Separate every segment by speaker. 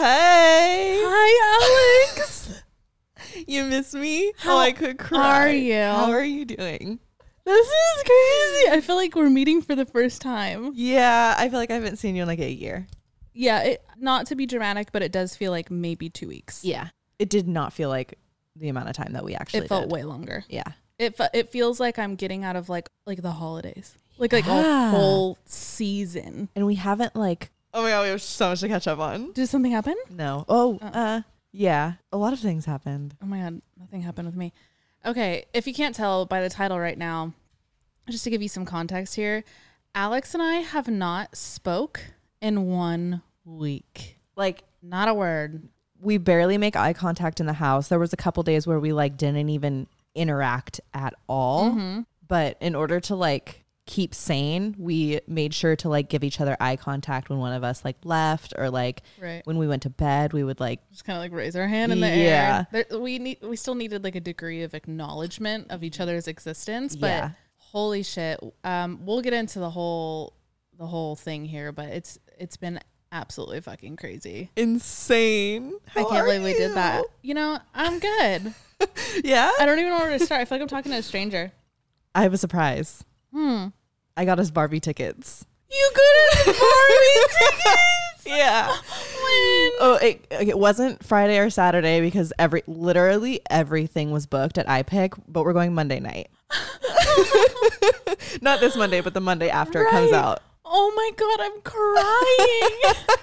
Speaker 1: Hey.
Speaker 2: Hi, Alex.
Speaker 1: You miss me?
Speaker 2: How
Speaker 1: oh, I could cry.
Speaker 2: are you?
Speaker 1: How are you doing?
Speaker 2: this is crazy. I feel like we're meeting for the first time.
Speaker 1: Yeah, I feel like I haven't seen you in like a year.
Speaker 2: Yeah, it, not to be dramatic, but it does feel like maybe two weeks.
Speaker 1: Yeah. It did not feel like the amount of time that we actually
Speaker 2: it felt
Speaker 1: did.
Speaker 2: way longer.
Speaker 1: Yeah.
Speaker 2: It fe- it feels like I'm getting out of like like the holidays, like like
Speaker 1: Yeah.
Speaker 2: a whole season.
Speaker 1: And we haven't like Oh my god, we have so much to catch up on.
Speaker 2: Did something happen?
Speaker 1: No. Oh,
Speaker 2: Oh.
Speaker 1: uh yeah. A lot of things happened.
Speaker 2: Oh my god, nothing happened with me. Okay, if you can't tell by the title right now, just to give you some context here, Alex and I have not spoke in one week.
Speaker 1: Like
Speaker 2: Not a word.
Speaker 1: we barely make eye contact in the house. There was a couple days where we like didn't even interact at all.
Speaker 2: Mm-hmm.
Speaker 1: But in order to like keep sane, we made sure to like give each other eye contact when one of us like left or like
Speaker 2: Right.
Speaker 1: when we went to bed, we would like
Speaker 2: Just kind of like raise our hand in the
Speaker 1: Yeah.
Speaker 2: air. There, we need we still needed like a degree of acknowledgement of each other's existence, but
Speaker 1: Yeah.
Speaker 2: holy shit. Um we'll get into the whole the whole thing here, but it's it's been absolutely fucking crazy.
Speaker 1: insane.
Speaker 2: I can't believe we did that. You know, I'm good.
Speaker 1: Yeah.
Speaker 2: I don't even know where to start. I feel like I'm talking to a stranger.
Speaker 1: I have a surprise. I got us Barbie tickets.
Speaker 2: Hmm. You got us Barbie tickets.
Speaker 1: Yeah.
Speaker 2: When?
Speaker 1: Oh, it, it wasn't Friday or Saturday because every literally everything was booked at iPick, but we're going Monday night. Not this Monday, but the Monday after it comes
Speaker 2: Right.
Speaker 1: out.
Speaker 2: Oh my god, I'm crying.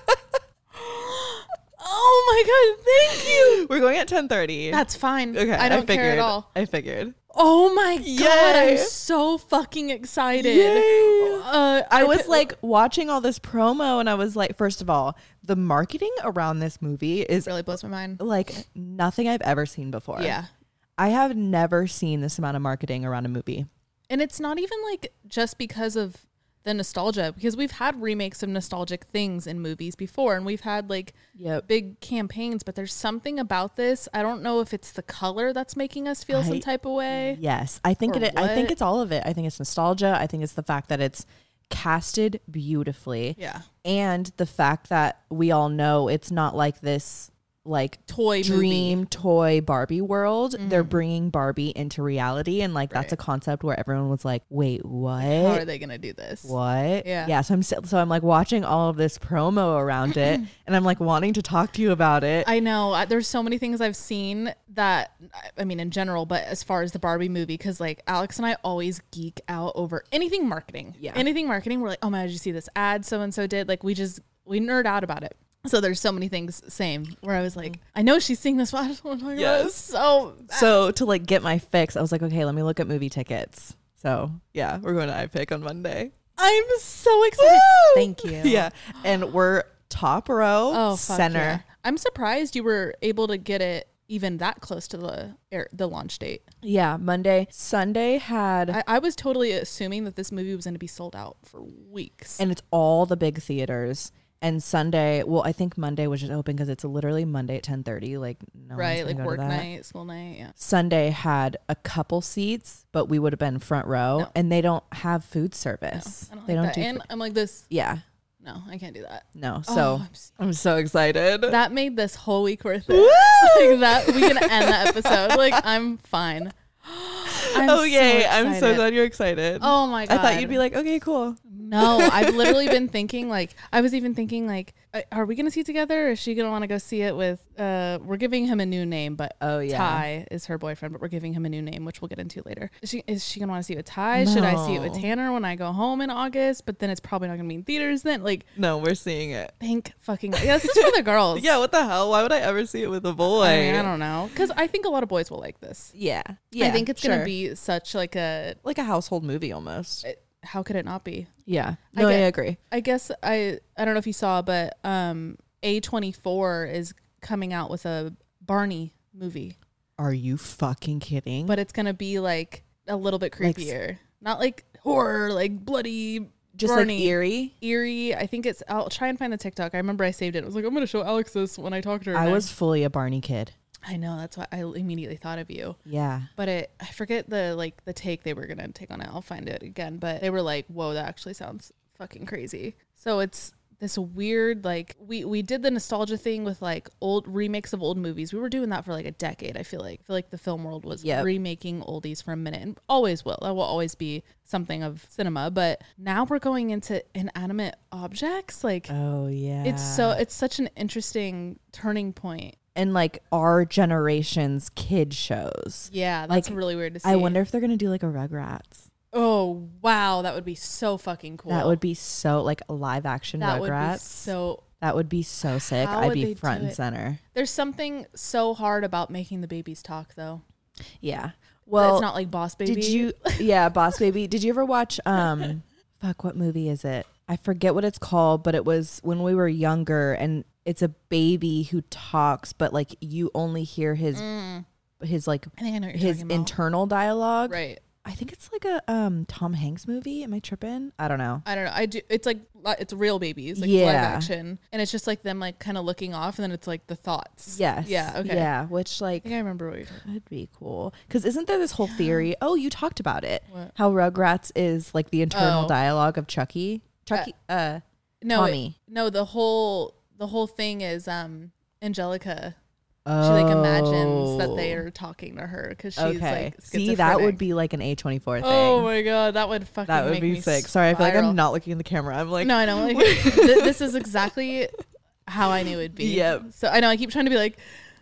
Speaker 2: oh my god, thank you.
Speaker 1: We're going at ten thirty.
Speaker 2: That's fine.
Speaker 1: okay.
Speaker 2: I don't
Speaker 1: figured,
Speaker 2: care at all.
Speaker 1: I figured.
Speaker 2: Oh my god,
Speaker 1: Yay.
Speaker 2: I'm so fucking excited.
Speaker 1: Yay.
Speaker 2: Uh,
Speaker 1: I was like watching all this promo, and I was like, first of all, the marketing around this movie is
Speaker 2: really blows my mind.
Speaker 1: like nothing I've ever seen before.
Speaker 2: Yeah.
Speaker 1: I have never seen this amount of marketing around a movie.
Speaker 2: And it's not even like just because of the nostalgia, because we've had remakes of nostalgic things in movies before, and we've had like
Speaker 1: Yep.
Speaker 2: big campaigns, but there's something about this. I don't know if it's the color that's making us feel
Speaker 1: I-
Speaker 2: some type of way.
Speaker 1: Yes, I think
Speaker 2: Or
Speaker 1: it. I think
Speaker 2: what?
Speaker 1: it's all of it. I think it's nostalgia. I think it's the fact that it's casted beautifully,
Speaker 2: Yeah.
Speaker 1: and the fact that we all know it's not like this like
Speaker 2: Toy
Speaker 1: dream
Speaker 2: movie. Mm-hmm.
Speaker 1: toy Barbie world. They're bringing Barbie into reality, and like that's a concept where everyone was like, "Wait,
Speaker 2: How are
Speaker 1: what?"
Speaker 2: they gonna do this?
Speaker 1: What?
Speaker 2: Yeah.
Speaker 1: Yeah. So I'm s- so I'm like watching all of this promo around it, and I'm like wanting to talk to you about it.
Speaker 2: I know. I, there's so many things I've seen that, I- I mean, in general, but as far as the Barbie movie, because like Alex and I always geek out over anything marketing.
Speaker 1: Yeah.
Speaker 2: Anything marketing, we're like, oh my God, did you see this ad so and so did? Like, we just, we nerd out about it. So there's so many things, same, where I was like, I know she's seeing this, but I just want to talk about it
Speaker 1: Mm. Yes.
Speaker 2: so bad.
Speaker 1: so to like get my fix, I was like, okay, let me look at movie tickets. So yeah, we're going to iPick on Monday.
Speaker 2: I'm so excited.
Speaker 1: Woo!
Speaker 2: Thank you.
Speaker 1: Yeah, and we're top row,
Speaker 2: Oh, fuck
Speaker 1: center.
Speaker 2: yeah. I'm surprised you were able to get it even that close to the air, the launch date.
Speaker 1: Yeah, Monday, Sunday had,
Speaker 2: I, I was totally assuming that this movie was going to be sold out for weeks.
Speaker 1: and it's all the big theaters. And Sunday, well, I think Monday was just open because it's literally Monday at ten thirty. Like no,
Speaker 2: right, like work
Speaker 1: night.
Speaker 2: night, school night. Yeah.
Speaker 1: Sunday had a couple seats, but we would have been front row,
Speaker 2: No.
Speaker 1: and they don't have food service.
Speaker 2: I don't
Speaker 1: they
Speaker 2: like
Speaker 1: don't
Speaker 2: that.
Speaker 1: do.
Speaker 2: and
Speaker 1: food-
Speaker 2: I'm like this.
Speaker 1: yeah,
Speaker 2: No, I can't do that.
Speaker 1: no. So
Speaker 2: Oh, I'm s-
Speaker 1: I'm so excited.
Speaker 2: that made this whole week worth it. like that, we can end the episode. Like I'm fine. I'm
Speaker 1: oh yay! I'm so
Speaker 2: excited.
Speaker 1: glad you're excited.
Speaker 2: Oh my
Speaker 1: I
Speaker 2: god!
Speaker 1: thought you'd be like, okay, cool.
Speaker 2: no. I've literally been thinking like I was even thinking like, I- are we gonna see it together? Or is she gonna want to go see it with? Uh, we're giving him a new name, but
Speaker 1: Oh yeah.
Speaker 2: Ty is her boyfriend, but we're giving him a new name, which we'll get into later. Is she is she gonna want to see it with Ty? Should I see it with
Speaker 1: No.
Speaker 2: Tanner when I go home in August? But then it's probably not gonna be in theaters. Then like,
Speaker 1: No, we're seeing it.
Speaker 2: thank fucking yeah, this is for the girls.
Speaker 1: Yeah, what the hell? Why would I ever see it with a boy?
Speaker 2: I, mean, I don't know, because I think a lot of boys will like this.
Speaker 1: Yeah, yeah.
Speaker 2: I think it's
Speaker 1: sure.
Speaker 2: gonna be such like a
Speaker 1: like a household movie almost.
Speaker 2: it- how could it not be?
Speaker 1: Yeah,
Speaker 2: I
Speaker 1: no, I,
Speaker 2: get-
Speaker 1: agree.
Speaker 2: I guess I I don't know if you saw, but um, A twenty four is coming out with a Barney movie,
Speaker 1: Are you fucking kidding?
Speaker 2: but it's gonna be like a little bit
Speaker 1: Like-
Speaker 2: creepier, not like horror, like bloody
Speaker 1: just
Speaker 2: Barney.
Speaker 1: like eerie.
Speaker 2: eerie. I think it's. I'll try and find the TikTok. I remember I saved it. I was like, I'm gonna show Alex this when I talk to her.
Speaker 1: I
Speaker 2: and
Speaker 1: was fully a Barney kid.
Speaker 2: I know that's why I immediately thought of you.
Speaker 1: Yeah,
Speaker 2: But it, I forget the like the take they were gonna take on it. I'll find it again. But they were like, whoa, that actually sounds fucking crazy. So it's. this weird like we we did the nostalgia thing with like old remakes of old movies. We were doing that for like a decade. I feel like I feel like the film world was
Speaker 1: Yep.
Speaker 2: remaking oldies for a minute and always will. That will always be something of cinema. But now we're going into inanimate objects. Like
Speaker 1: Oh yeah.
Speaker 2: it's so it's such an interesting turning point.
Speaker 1: and like our generation's kid shows.
Speaker 2: Yeah, that's
Speaker 1: Like,
Speaker 2: really weird to see.
Speaker 1: I wonder if they're gonna do like a Rugrats.
Speaker 2: Oh wow, that would be so fucking cool.
Speaker 1: That would be so like a live action
Speaker 2: that would be
Speaker 1: Rugrats.
Speaker 2: so.
Speaker 1: that would be so sick.
Speaker 2: How
Speaker 1: I'd
Speaker 2: would
Speaker 1: be
Speaker 2: they
Speaker 1: front
Speaker 2: do
Speaker 1: and
Speaker 2: it?
Speaker 1: center.
Speaker 2: There's something so hard about making the babies talk though.
Speaker 1: Yeah.
Speaker 2: Well,
Speaker 1: Well,
Speaker 2: it's not like Boss Baby.
Speaker 1: did you? Yeah, Boss Baby. Did you ever watch? Um, fuck, what movie is it? I forget what it's called, but it was when we were younger, and it's a baby who talks, but like you only hear his his like
Speaker 2: I think I know Mm. what you're
Speaker 1: his
Speaker 2: talking about.
Speaker 1: internal dialogue.
Speaker 2: right.
Speaker 1: I think it's like a um Tom Hanks movie. Am I tripping? I don't know.
Speaker 2: I don't know. I do. It's like li- it's real babies, like
Speaker 1: Yeah.
Speaker 2: live action, and it's just like them like kind of looking off, and then it's like the thoughts.
Speaker 1: Yes.
Speaker 2: Yeah. Okay. I
Speaker 1: Yeah, which like
Speaker 2: think I remember what you're talking.
Speaker 1: could be cool. Because isn't there this whole theory? Oh, you talked about it.
Speaker 2: What?
Speaker 1: How Rugrats is like the internal
Speaker 2: Oh.
Speaker 1: dialogue of Chucky. Chucky. Uh,
Speaker 2: No, it-
Speaker 1: Tommy.
Speaker 2: no. The whole the whole thing is um Angelica. She like imagines that they are talking to her because she's
Speaker 1: Oh. Okay.
Speaker 2: like
Speaker 1: See, that would
Speaker 2: schizophrenic.
Speaker 1: be like an A24 thing.
Speaker 2: Oh my god, that would fucking
Speaker 1: that would
Speaker 2: make
Speaker 1: be
Speaker 2: me
Speaker 1: sick. Sorry, I feel like
Speaker 2: spiral.
Speaker 1: I'm not looking at the camera. I'm like,
Speaker 2: No, I know. Like, th- this is exactly how I knew it'd be.
Speaker 1: Yep.
Speaker 2: So I know I keep trying to be like,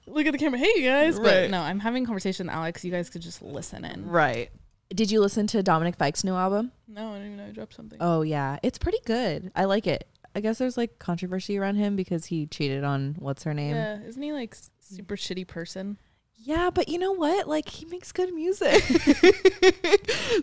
Speaker 2: look at the camera, hey you guys, but
Speaker 1: Right.
Speaker 2: no, I'm having a conversation with Alex. You guys could just listen in.
Speaker 1: right. Did you listen to Dominic Fike's new album?
Speaker 2: No, I didn't even know I dropped something.
Speaker 1: Oh, yeah. It's pretty good. I like it. I guess there's like controversy around him because he cheated on what's her name.
Speaker 2: yeah, isn't he like s- super shitty person?
Speaker 1: Yeah, but you know what? Like he makes good music.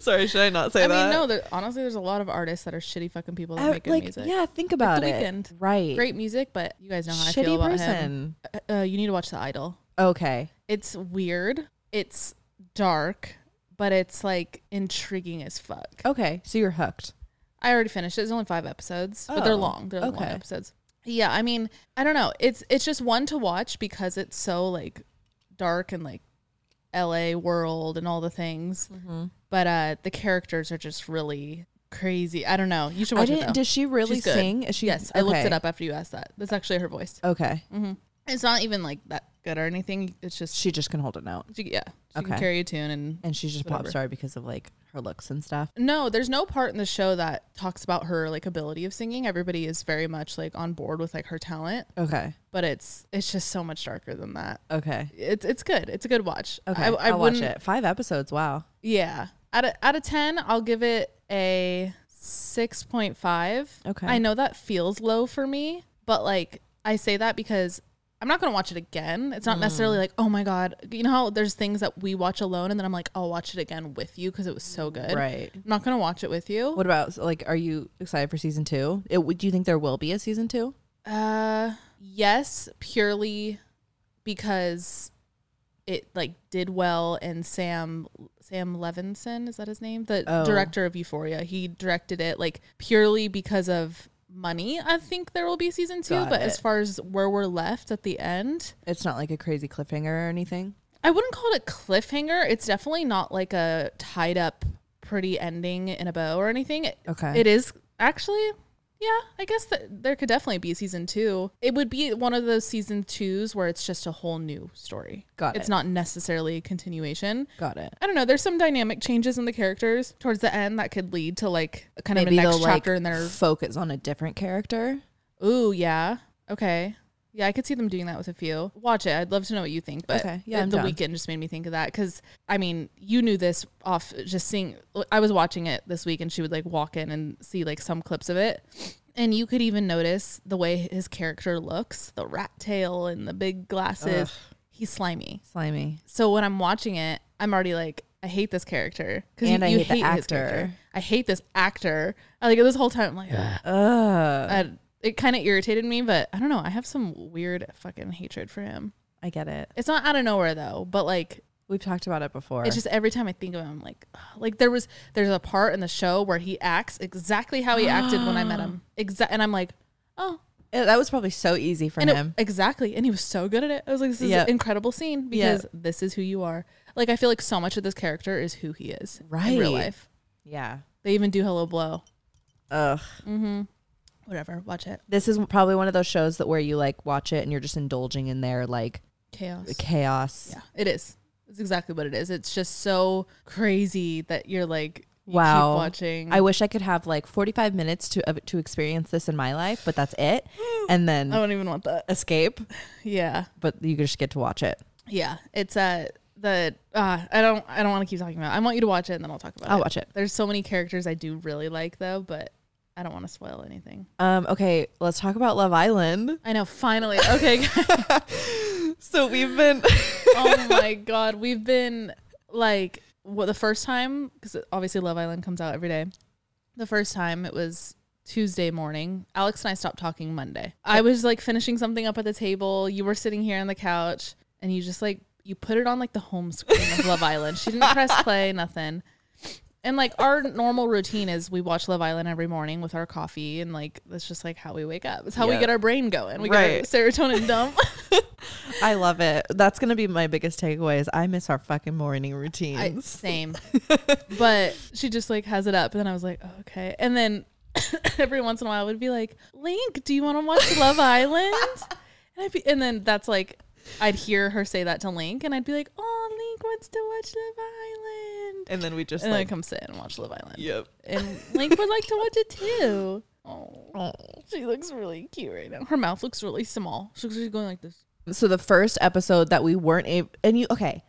Speaker 1: Sorry, should I not say
Speaker 2: I mean, no. There, honestly, there's a lot of artists that are shitty fucking people that
Speaker 1: I-
Speaker 2: make good
Speaker 1: like,
Speaker 2: music.
Speaker 1: yeah, think about
Speaker 2: The
Speaker 1: it.
Speaker 2: Weeknd.
Speaker 1: right?
Speaker 2: Great music, but you guys know how I
Speaker 1: shitty
Speaker 2: feel about him.
Speaker 1: person.
Speaker 2: Uh, uh, you need to watch The Idol.
Speaker 1: Okay,
Speaker 2: It's weird. It's dark, but it's like intriguing as fuck.
Speaker 1: okay. So you're hooked.
Speaker 2: I already finished it. It's only five episodes, but they're
Speaker 1: Oh,
Speaker 2: long. They're long
Speaker 1: okay.
Speaker 2: episodes. Yeah, I mean, I don't know. It's it's just one to watch because it's so like dark and like L.A. world and all the things.
Speaker 1: Mm-hmm.
Speaker 2: But uh the characters are just really crazy. I don't know. You should
Speaker 1: I
Speaker 2: watch it though.
Speaker 1: didn't. Does she really
Speaker 2: She's good.
Speaker 1: sing? Is she?
Speaker 2: yes, I looked
Speaker 1: okay.
Speaker 2: it up Mm-hmm. after you asked that. That's actually her voice.
Speaker 1: Okay,
Speaker 2: It's not even like that good or anything. It's just
Speaker 1: she just can hold it out,
Speaker 2: she, yeah, she can
Speaker 1: Okay.
Speaker 2: carry a tune and
Speaker 1: and she's just a pop
Speaker 2: Whatever.
Speaker 1: star because of like her looks and stuff.
Speaker 2: No, there's no part in the show that talks about her like ability of singing. Everybody is very much like on board with like her talent,
Speaker 1: Okay,
Speaker 2: but it's it's just so much darker than that.
Speaker 1: okay,
Speaker 2: It's it's good. It's a good watch.
Speaker 1: okay. I, will watch
Speaker 2: wouldn't-
Speaker 1: it. Five episodes. Wow.
Speaker 2: Yeah. Out of out of ten, I'll give it a six point five.
Speaker 1: Okay.
Speaker 2: I know that feels low for me, but like I say that because I'm not gonna watch it again. It's not
Speaker 1: Mm.
Speaker 2: necessarily like, oh my god, you know how there's things that we watch alone, and then I'm like, I'll watch it again with you because it was so good.
Speaker 1: Right.
Speaker 2: I'm not gonna watch it with you.
Speaker 1: What about so, like? Are you excited for season two? It, do you think there will be a season two?
Speaker 2: Uh, yes, purely because it like did well, and Sam Sam Levinson is that his name, the
Speaker 1: Oh.
Speaker 2: director of Euphoria. He directed it like purely because of money. I think there will be season two,
Speaker 1: Got
Speaker 2: but as
Speaker 1: it.
Speaker 2: far as where we're left at the end,
Speaker 1: It's not like a crazy cliffhanger or anything.
Speaker 2: I wouldn't call it a cliffhanger. It's definitely not like a tied up pretty ending in a bow or anything. It-
Speaker 1: Okay.
Speaker 2: It is actually, yeah, I guess that there could definitely be a season two. It would be one of those season twos where it's just a whole new story.
Speaker 1: Got
Speaker 2: It's
Speaker 1: it.
Speaker 2: not necessarily a continuation.
Speaker 1: Got it.
Speaker 2: I don't know. There's some dynamic changes in the characters towards the end that could lead to like a kind
Speaker 1: Maybe
Speaker 2: of a next
Speaker 1: they'll, like,
Speaker 2: chapter in their.
Speaker 1: focus on a different character.
Speaker 2: Ooh, yeah. Okay. Yeah, I could see them doing that with a few. Watch it. I'd love to know what you think. But
Speaker 1: Okay. Yeah,
Speaker 2: the,
Speaker 1: I'm
Speaker 2: the
Speaker 1: down.
Speaker 2: weekend just made me think of that because I mean, you knew this off just seeing. I was watching it this week, and she would like walk in and see like some clips of it, and you could even notice the way his character looks, the rat tail and the big glasses. He's slimy.
Speaker 1: Slimy.
Speaker 2: So when I'm watching it, I'm already like, I hate this character because
Speaker 1: And I hate the actor.
Speaker 2: I hate this actor. I like this whole time. I'm like, ugh.
Speaker 1: Ugh.
Speaker 2: I, Uh, it kind of irritated me, but I don't know. I have some weird fucking hatred for him.
Speaker 1: I get it.
Speaker 2: It's not out of nowhere though, but like
Speaker 1: We've talked about it before.
Speaker 2: it's just every time I think of him, I'm like, ugh. like there was there's a part in the show where he acts exactly how he acted when I met him, exact, and I'm like, oh,
Speaker 1: Uh, that was probably so easy for
Speaker 2: and it-
Speaker 1: him.
Speaker 2: exactly, and he was so good at it. I was like, this is
Speaker 1: Yep.
Speaker 2: an incredible scene because this is who you are. Like I feel like so much of this character is who he is in real
Speaker 1: Right.
Speaker 2: life.
Speaker 1: yeah.
Speaker 2: They even do Hello Blow.
Speaker 1: Ugh.
Speaker 2: Whatever. Watch it.
Speaker 1: This is probably one of those shows that where you like watch it and you're just indulging in their like
Speaker 2: Chaos.
Speaker 1: chaos.
Speaker 2: Yeah, it is. It's exactly what it is. It's just so crazy that you're like, you
Speaker 1: Wow.
Speaker 2: keep watching.
Speaker 1: I wish I could have like 45 minutes to of, to experience this in my life, but that's it.
Speaker 2: Hmm.
Speaker 1: And then
Speaker 2: I don't even want that.
Speaker 1: escape,
Speaker 2: Yeah,
Speaker 1: but you just get to watch it.
Speaker 2: yeah. It's uh the uh, I don't I don't want to keep talking about. it. I want you to watch it and then I'll talk about
Speaker 1: I'll
Speaker 2: it.
Speaker 1: watch it.
Speaker 2: There's so many characters I do really like though, but I don't want to spoil anything.
Speaker 1: Um, okay, let's talk about Love Island.
Speaker 2: I know. Finally, okay. guys.
Speaker 1: So we've been
Speaker 2: oh my god, we've been like what the first time because obviously Love Island comes out every day. The first time it was Tuesday morning. Alex and I stopped talking Monday. I was like finishing something up at the table. You were sitting here on the couch, and you just like you put it on like the home screen of Love Island. She didn't press play, nothing. And like our normal routine is we watch Love Island every morning with our coffee, and like that's just like how we wake up. It's how we
Speaker 1: Yeah.
Speaker 2: get our brain going. We
Speaker 1: Right.
Speaker 2: get our serotonin dump.
Speaker 1: I love it. That's gonna be my biggest takeaway is I miss our fucking morning
Speaker 2: I-
Speaker 1: routines.
Speaker 2: same. but she just like has it up. And then I was like, oh, okay. And then every once in a while I would be like, Link, do you want to watch Love Island? And, I'd be, and then that's like, I'd hear her say that to Link and I'd be like, oh, Link wants to watch Love Island.
Speaker 1: and then we just
Speaker 2: And then I
Speaker 1: like
Speaker 2: come sit and watch Love Island.
Speaker 1: Yep.
Speaker 2: And Link would like to watch it too. Oh, she looks really cute right now. Her mouth looks really small. She looks like she's going like this.
Speaker 1: So the first episode that we weren't able and you okay.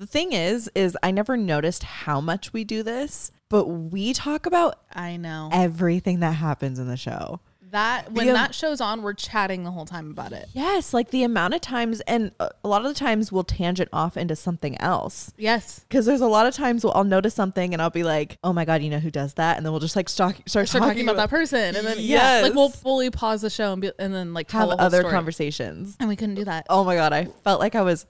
Speaker 1: The thing is, is I never noticed how much we do this, but we talk about
Speaker 2: I know. um,
Speaker 1: everything that happens in the show.
Speaker 2: That when
Speaker 1: The-
Speaker 2: that show's on, we're chatting the whole time about it.
Speaker 1: Yes, like the amount of times, and a a lot of the times we'll tangent off into something else.
Speaker 2: Yes.
Speaker 1: Because there's a lot of times where I'll notice something and I'll be like, "Oh my god, you know who does that?" And then we'll just like stalk, start,
Speaker 2: start talking about that person, and then yeah, like we'll fully pause the show and be, and then like
Speaker 1: have
Speaker 2: tell the whole
Speaker 1: other
Speaker 2: story.
Speaker 1: conversations.
Speaker 2: And we couldn't do that.
Speaker 1: Oh my god, I felt like I was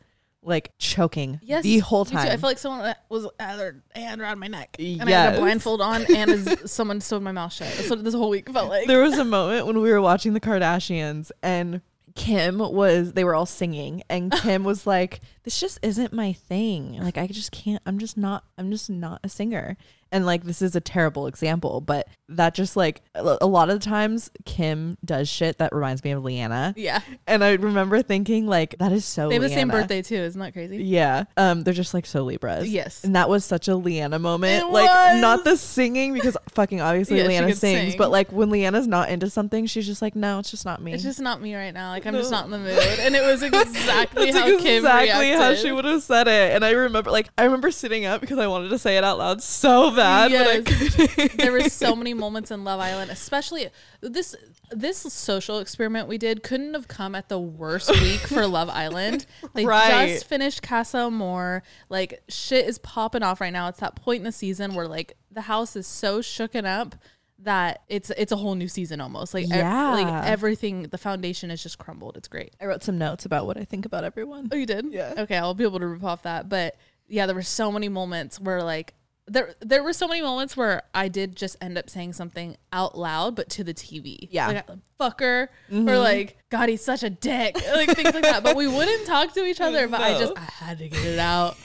Speaker 1: like choking
Speaker 2: Yes,
Speaker 1: the whole
Speaker 2: me too.
Speaker 1: time.
Speaker 2: I felt like someone was had their hand around my neck, and I had
Speaker 1: Yes.
Speaker 2: a blindfold on, and is- someone sewed my mouth shut. That's what this whole week felt like.
Speaker 1: there was a moment when we were watching the Kardashians and Kim was they were all singing and Kim was like this just isn't my thing like I just can't I'm just not I'm just not a singer and like this is a terrible example but that just like a a lot of the times Kim does shit that reminds me of Leanna
Speaker 2: yeah,
Speaker 1: and I remember thinking like that is so
Speaker 2: they have the same
Speaker 1: Leanna.
Speaker 2: birthday too. Isn't that crazy?
Speaker 1: Yeah. Um, they're just like so Libras.
Speaker 2: Yes.
Speaker 1: And that was such a Leanna moment.
Speaker 2: It
Speaker 1: like
Speaker 2: was.
Speaker 1: not the singing because fucking obviously
Speaker 2: Yeah, she
Speaker 1: Leanna
Speaker 2: could
Speaker 1: sings,
Speaker 2: sing.
Speaker 1: but like when Leanna's not into something, she's just like, No, it's just not me.
Speaker 2: It's just not me right now. Like I'm just not in the mood, and it was exactly
Speaker 1: That's
Speaker 2: how Kim
Speaker 1: exactly
Speaker 2: reacted.
Speaker 1: how she would have said it. And I remember like I remember sitting up because I wanted to say it out loud so bad, but I
Speaker 2: Yes.
Speaker 1: couldn't.
Speaker 2: there were so many moments in Love Island, especially this this social experiment we did couldn't have come at the worst week for Love Island. They
Speaker 1: Right.
Speaker 2: just finished Casa Amor. Like shit is popping off right now. It's that point in the season where like the house is so shooken up that it's it's a whole new season almost. Like ev-
Speaker 1: Yeah.
Speaker 2: like everything the foundation is just crumbled. It's great.
Speaker 1: I wrote some notes about what I think about everyone.
Speaker 2: Oh, you did?
Speaker 1: Yeah.
Speaker 2: Okay, I'll be able to rip off that. But yeah, there were so many moments where like there there were so many moments where I did just end up saying something out loud, but to the TV.
Speaker 1: Yeah. Mm-hmm.
Speaker 2: Like fucker. Or like, God, he's such a dick. Like things like that. But we wouldn't talk to each other. But I just I had to get it out.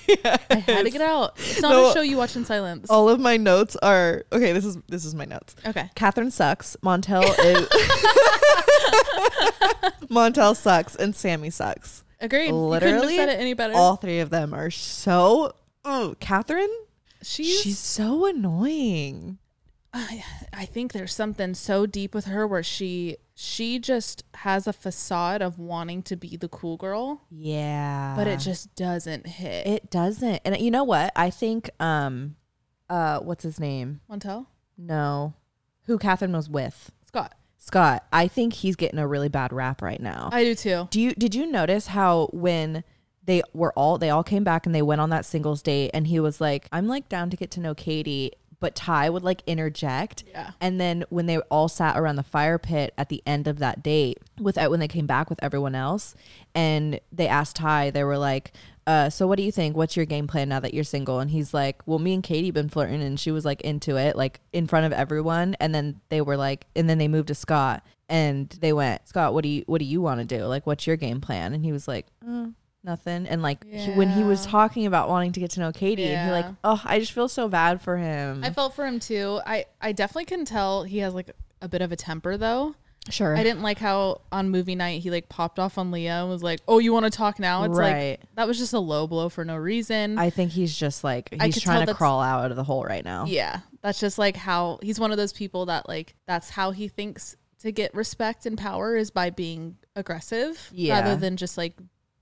Speaker 2: I had to get out. It's not
Speaker 1: No. Oh.
Speaker 2: a show you watch in silence.
Speaker 1: All of my notes are okay, this is this is my notes.
Speaker 2: Okay.
Speaker 1: Catherine sucks. Montel is Montel sucks and Sammy sucks.
Speaker 2: Agreed. you couldn't
Speaker 1: Literally,
Speaker 2: have said it any better.
Speaker 1: All three of them are so. Ooh, Catherine,
Speaker 2: she's,
Speaker 1: she's so annoying.
Speaker 2: I, I think there's something so deep with her where she she just has a facade of wanting to be the cool girl,
Speaker 1: Yeah,
Speaker 2: but it just doesn't hit.
Speaker 1: Ah. it doesn't. And uh, you know what? I think um, uh, what's his name?
Speaker 2: Montel
Speaker 1: No, who Catherine was with?
Speaker 2: Scott,
Speaker 1: Scott. I think he's getting a really bad rap right now.
Speaker 2: I do too.
Speaker 1: Do you did you notice how when they were all they all came back and they went on that singles date and he was like, I'm like down to get to know Katie, but Ty would like interject.
Speaker 2: Yeah.
Speaker 1: And then when they all sat around the fire pit at the end of that date with uh, when they came back with everyone else and they asked Ty, they were like, uh, so what do you think? What's your game plan now that you're single? And he's like, Well, me and Katie been flirting and she was like into it, like in front of everyone. And then they were like and then they moved to Scott and they went, Scott, what do you what do you want to do? Like what's your game plan? And he was like, "Uh, nothing. And like he- when he was
Speaker 2: Yeah.
Speaker 1: talking about wanting to get to know Katie and he
Speaker 2: Yeah.
Speaker 1: like, Oh, I just feel so bad for him.
Speaker 2: I felt for him too. I I definitely can tell he has like a bit of a temper though.
Speaker 1: Sure.
Speaker 2: I didn't like how on movie night he like popped off on Leah and was like, "Oh, you want to talk now?" It's
Speaker 1: Right.
Speaker 2: like that was just a low blow for no reason.
Speaker 1: I think he's just like
Speaker 2: I
Speaker 1: he's
Speaker 2: could
Speaker 1: trying
Speaker 2: tell
Speaker 1: to
Speaker 2: that's-
Speaker 1: crawl out of the hole right now.
Speaker 2: yeah, that's just like how he's one of those people that like that's how he thinks to get respect and power is by being aggressive
Speaker 1: Yeah.
Speaker 2: rather than just like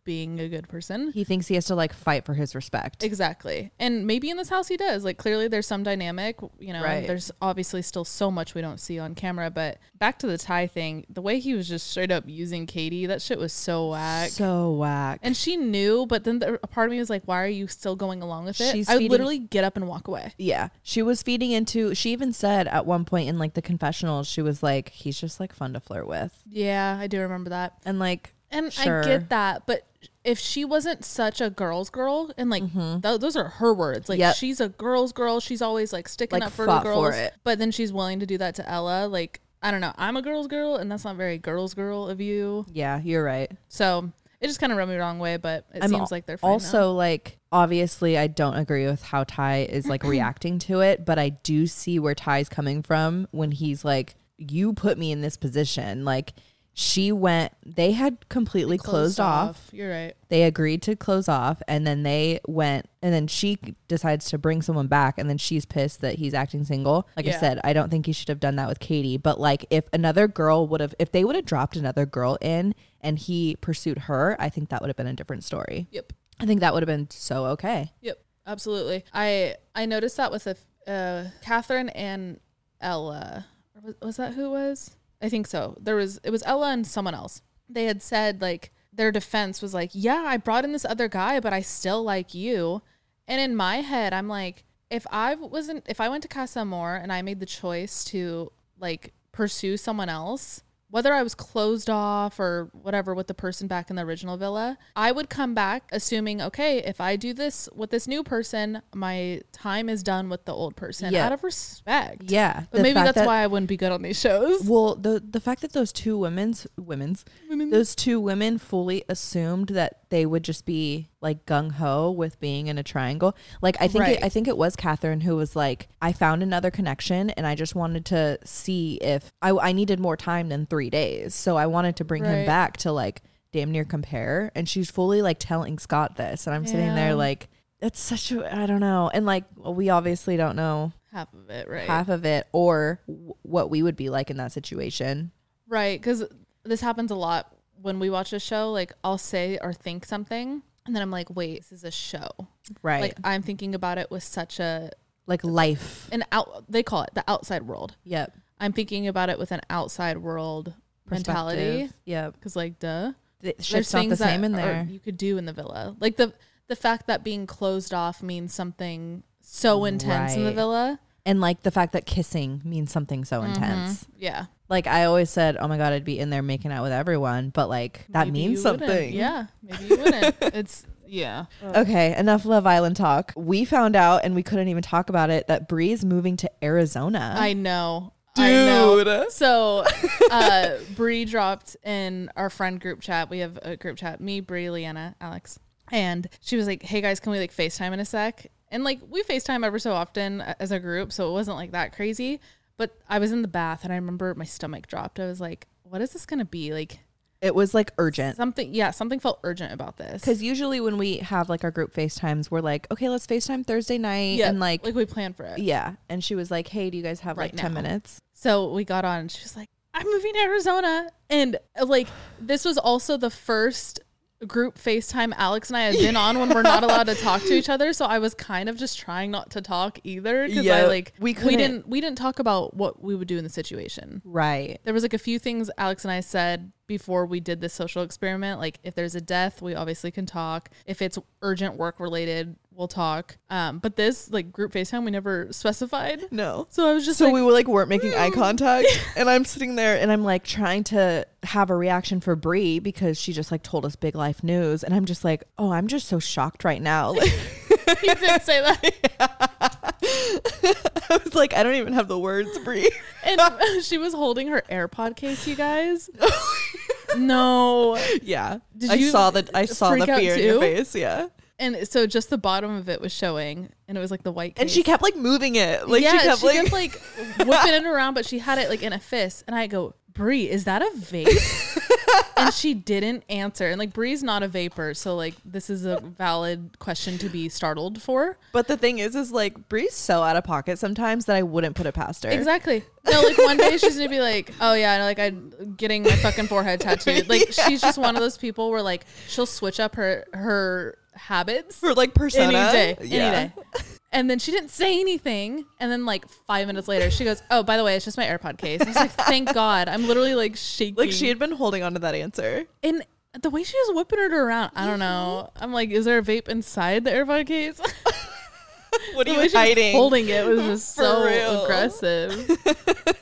Speaker 2: being a good person.
Speaker 1: He thinks he has to like fight for his respect.
Speaker 2: Exactly. And maybe in this house he does. Like clearly there's some dynamic, you know,
Speaker 1: Right.
Speaker 2: there's obviously still so much we don't see on camera, but back to the tie thing, the way he was just straight up using Katie, that shit was so whack.
Speaker 1: So whack.
Speaker 2: and she knew, but then the, a part of me was like, why are you still going along with it?
Speaker 1: She's
Speaker 2: I would
Speaker 1: feeding-
Speaker 2: literally get up and walk away.
Speaker 1: yeah, she was feeding into. She even said at one point in like the confessionals, she was like, "He's just like fun to flirt with,"
Speaker 2: Yeah, I do remember that.
Speaker 1: and like,
Speaker 2: And
Speaker 1: Sure.
Speaker 2: I get that, but if she wasn't such a girls girl and like tho- those are her words, like
Speaker 1: Mm-hmm. Yep.
Speaker 2: she's a girls girl, she's always like sticking
Speaker 1: Like,
Speaker 2: up for the
Speaker 1: fought for
Speaker 2: girls,
Speaker 1: it.
Speaker 2: but then she's willing to do that to Ella, like I don't know, I'm a girls girl and that's not very girls girl of you.
Speaker 1: yeah, you're right.
Speaker 2: So, it just kind of rubbed me the wrong way, but it
Speaker 1: I'm
Speaker 2: seems
Speaker 1: al-
Speaker 2: like they're fine now.
Speaker 1: also like obviously I don't agree with how Ty is like reacting to it, but I do see where Ty's coming from when he's like, "You put me in this position." Like she went, they had completely closed, off.
Speaker 2: You're right.
Speaker 1: They agreed to close off, and then they went, and then she decides to bring someone back, and then she's pissed that he's acting single. Like I
Speaker 2: Yeah.
Speaker 1: said, I don't think he should have done that with Katie, but like if another girl would have, if they would have dropped another girl in and he pursued her, I think that would have been a different story.
Speaker 2: Yep.
Speaker 1: I think that would have been so okay.
Speaker 2: Yep, absolutely. I I noticed that with the f- uh, Catherine and Ella. Or Was, was that who it was? I think so. There was it was Ella and someone else. They had said like their defense was like, yeah, I brought in this other guy, but I still like you. And in my head, I'm like, if I wasn't, if I went to Casa Amor and I made the choice to like pursue someone else, whether I was closed off or whatever with the person back in the original villa, I would come back assuming, okay, if I do this with this new person, my time is done with the old person
Speaker 1: Yeah.
Speaker 2: out of respect.
Speaker 1: Yeah,
Speaker 2: But
Speaker 1: the
Speaker 2: maybe
Speaker 1: fact
Speaker 2: that's
Speaker 1: that-
Speaker 2: why I wouldn't be good on these shows.
Speaker 1: Well, the the fact that those two women's women's those two women fully assumed that they would just be like gung ho with being in a triangle. Like I think
Speaker 2: Right.
Speaker 1: it, I think it was Catherine who was like, I found another connection, and I just wanted to see if I I needed more time than three days, so I wanted to bring
Speaker 2: Right.
Speaker 1: him back to like damn near compare. And she's fully like telling Scott this, and I'm sitting
Speaker 2: Yeah.
Speaker 1: there like. That's such a I don't know, and like we obviously don't know
Speaker 2: Half of it, right?
Speaker 1: half of it or w- what we would be like in that situation.
Speaker 2: Right, because this happens a lot when we watch a show. Like I'll say or think something, and then I'm like, "Wait, this is a show."
Speaker 1: Right. Like,
Speaker 2: Like I'm thinking about it with such a
Speaker 1: life.
Speaker 2: an out. They call it the outside world.
Speaker 1: Yep.
Speaker 2: I'm thinking about it with an outside world mentality.
Speaker 1: Perspective. Yep.
Speaker 2: Because like, duh,
Speaker 1: Th- Shit's not the same
Speaker 2: that
Speaker 1: in
Speaker 2: are-
Speaker 1: there.
Speaker 2: you could do in the villa. Like the the fact that being closed off means something so intense in the
Speaker 1: Right.
Speaker 2: villa.
Speaker 1: And like the fact that kissing means something so
Speaker 2: Mm-hmm.
Speaker 1: intense.
Speaker 2: Yeah,
Speaker 1: Like I always said, oh my God, I'd be in there making out with everyone, but like that
Speaker 2: Maybe
Speaker 1: means
Speaker 2: you wouldn't.
Speaker 1: something.
Speaker 2: Yeah, maybe you wouldn't. it's yeah.
Speaker 1: Okay, enough Love Island talk. We found out, and we couldn't even talk about it, that Bree's moving to Arizona.
Speaker 2: I know. I know.
Speaker 1: Dude.
Speaker 2: So, uh, Bree dropped in our friend group chat. We have a group chat. Me, Bree, Leanna, Alex, and she was like, "Hey guys, can we like Facetime in a sec?" And like we Facetime ever so often a- as a group, so it wasn't like that crazy. But I was in the bath, and I remember my stomach dropped. I was like, "What is this gonna be?" Like
Speaker 1: it was like urgent.
Speaker 2: something. Yeah, something felt urgent about this.
Speaker 1: Because usually when we have like our group FaceTimes, we're like, okay, let's FaceTime Thursday night.
Speaker 2: yeah,
Speaker 1: and like,
Speaker 2: like we planned for it.
Speaker 1: yeah. And she was like, hey, do you guys have
Speaker 2: Right
Speaker 1: like 10
Speaker 2: now.
Speaker 1: minutes?
Speaker 2: So we got on and she was like, I'm moving to Arizona. And uh, like, this was also the first group FaceTime Alex and I had been on when we're not allowed to talk to each other. So I was kind of just trying not to talk either. Cause I
Speaker 1: Yeah,
Speaker 2: like,
Speaker 1: we
Speaker 2: we
Speaker 1: couldn't-
Speaker 2: didn't, we didn't talk about what we would do in the situation.
Speaker 1: Right.
Speaker 2: There was like a few things Alex and I said before we did this social experiment. Like if there's a death, we obviously can talk. If it's urgent work related, we'll talk. Um, but this like group FaceTime, we never specified.
Speaker 1: No.
Speaker 2: So I was just
Speaker 1: So
Speaker 2: like,
Speaker 1: we were like weren't making eye contact, and I'm sitting there and I'm like trying to have a reaction for Bree because she just like told us big life news, and I'm just like, oh, I'm just so shocked right now. Like,
Speaker 2: he did say that.
Speaker 1: I was like, I don't even have the words, Bree.
Speaker 2: and she was holding her AirPod case, you guys. no.
Speaker 1: yeah,
Speaker 2: Did
Speaker 1: I
Speaker 2: you
Speaker 1: saw the I saw the
Speaker 2: freak out
Speaker 1: fear in your
Speaker 2: too?
Speaker 1: face. Yeah,
Speaker 2: And so just the bottom of it was showing, and it was like the white. Case.
Speaker 1: and she kept like moving it, like
Speaker 2: yeah,
Speaker 1: she kept like
Speaker 2: whipping it around, but she had it like in a fist, and I go, Bree, is that a vape? and she didn't answer. And like Bree's not a vapor, so like this is a valid question to be startled for.
Speaker 1: But the thing is, is like Bree's so out of pocket sometimes that I wouldn't put it past her.
Speaker 2: Exactly. No, like one day she's gonna be like, "Oh yeah, like I'm getting my fucking forehead tattooed." Like she's just one of those people where like she'll switch up her her habits
Speaker 1: For like persona,
Speaker 2: any day, any day. And then she didn't say anything. And then like five minutes later, she goes, "Oh, by the way, it's just my AirPod case." I was like, "Thank God!" I'm literally like shaking.
Speaker 1: Like she had been holding on to that answer.
Speaker 2: and the way she was whipping it around, I don't know.
Speaker 1: Mm-hmm.
Speaker 2: I'm like, "Is there a vape inside the AirPod case?"
Speaker 1: What
Speaker 2: the
Speaker 1: are
Speaker 2: way
Speaker 1: you
Speaker 2: she was
Speaker 1: hiding?
Speaker 2: holding it was just
Speaker 1: For
Speaker 2: so
Speaker 1: real.
Speaker 2: aggressive.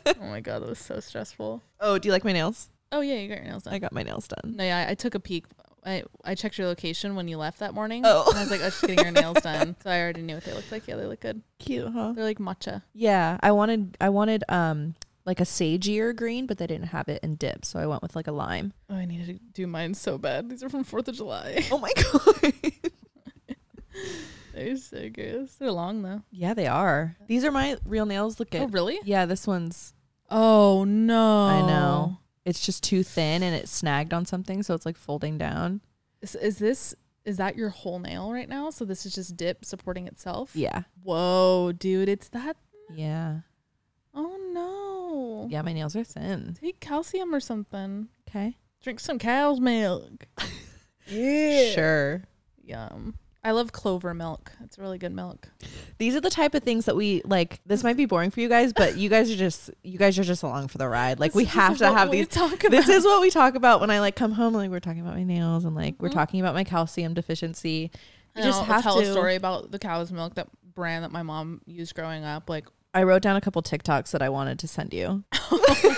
Speaker 2: oh my God, that was so stressful.
Speaker 1: oh, do you like my nails?
Speaker 2: Oh yeah, you got your nails done.
Speaker 1: I got my nails done.
Speaker 2: No, yeah, I, I took a peek. I, I checked your location when you left that morning.
Speaker 1: Oh.
Speaker 2: And I was like, oh, she's getting her nails done. So I already knew what they looked like. Yeah, they look good.
Speaker 1: Cute, huh?
Speaker 2: They're like matcha.
Speaker 1: Yeah, I wanted I wanted um like a sageier green, but they didn't have it in dip, so I went with like a lime.
Speaker 2: Oh, I needed to do mine so bad. These are from 4th of July.
Speaker 1: Oh my god.
Speaker 2: They're so good. They're long, though.
Speaker 1: yeah, they are. These are my real nails. Look at.
Speaker 2: Oh, really?
Speaker 1: Yeah, this one's
Speaker 2: Oh, no.
Speaker 1: I know. It's just too thin and it snagged on something, so it's like folding down.
Speaker 2: Is, is this, is that your whole nail right now? So this is just dip supporting itself?
Speaker 1: Yeah.
Speaker 2: Whoa, dude. It's that.
Speaker 1: Yeah.
Speaker 2: Oh, no.
Speaker 1: Yeah, my nails are thin.
Speaker 2: Take calcium or something.
Speaker 1: Okay.
Speaker 2: Drink some cow's milk. yeah.
Speaker 1: Sure.
Speaker 2: Yum. I love clover milk. It's really good milk.
Speaker 1: These are the type of things that we like. This might be boring for you guys, but you guys are just you guys are just along for the ride. Like we
Speaker 2: This is
Speaker 1: have to
Speaker 2: what
Speaker 1: have
Speaker 2: we
Speaker 1: these
Speaker 2: Talk about.
Speaker 1: this is what we talk about when I like come home. Like we're talking about my nails and like we're talking about my calcium deficiency. You
Speaker 2: Mm-hmm. And
Speaker 1: just
Speaker 2: I'll
Speaker 1: have
Speaker 2: tell
Speaker 1: to.
Speaker 2: a story about the cow's milk that brand that my mom used growing up. Like,
Speaker 1: I wrote down a couple TikToks that I wanted to send you.
Speaker 2: that's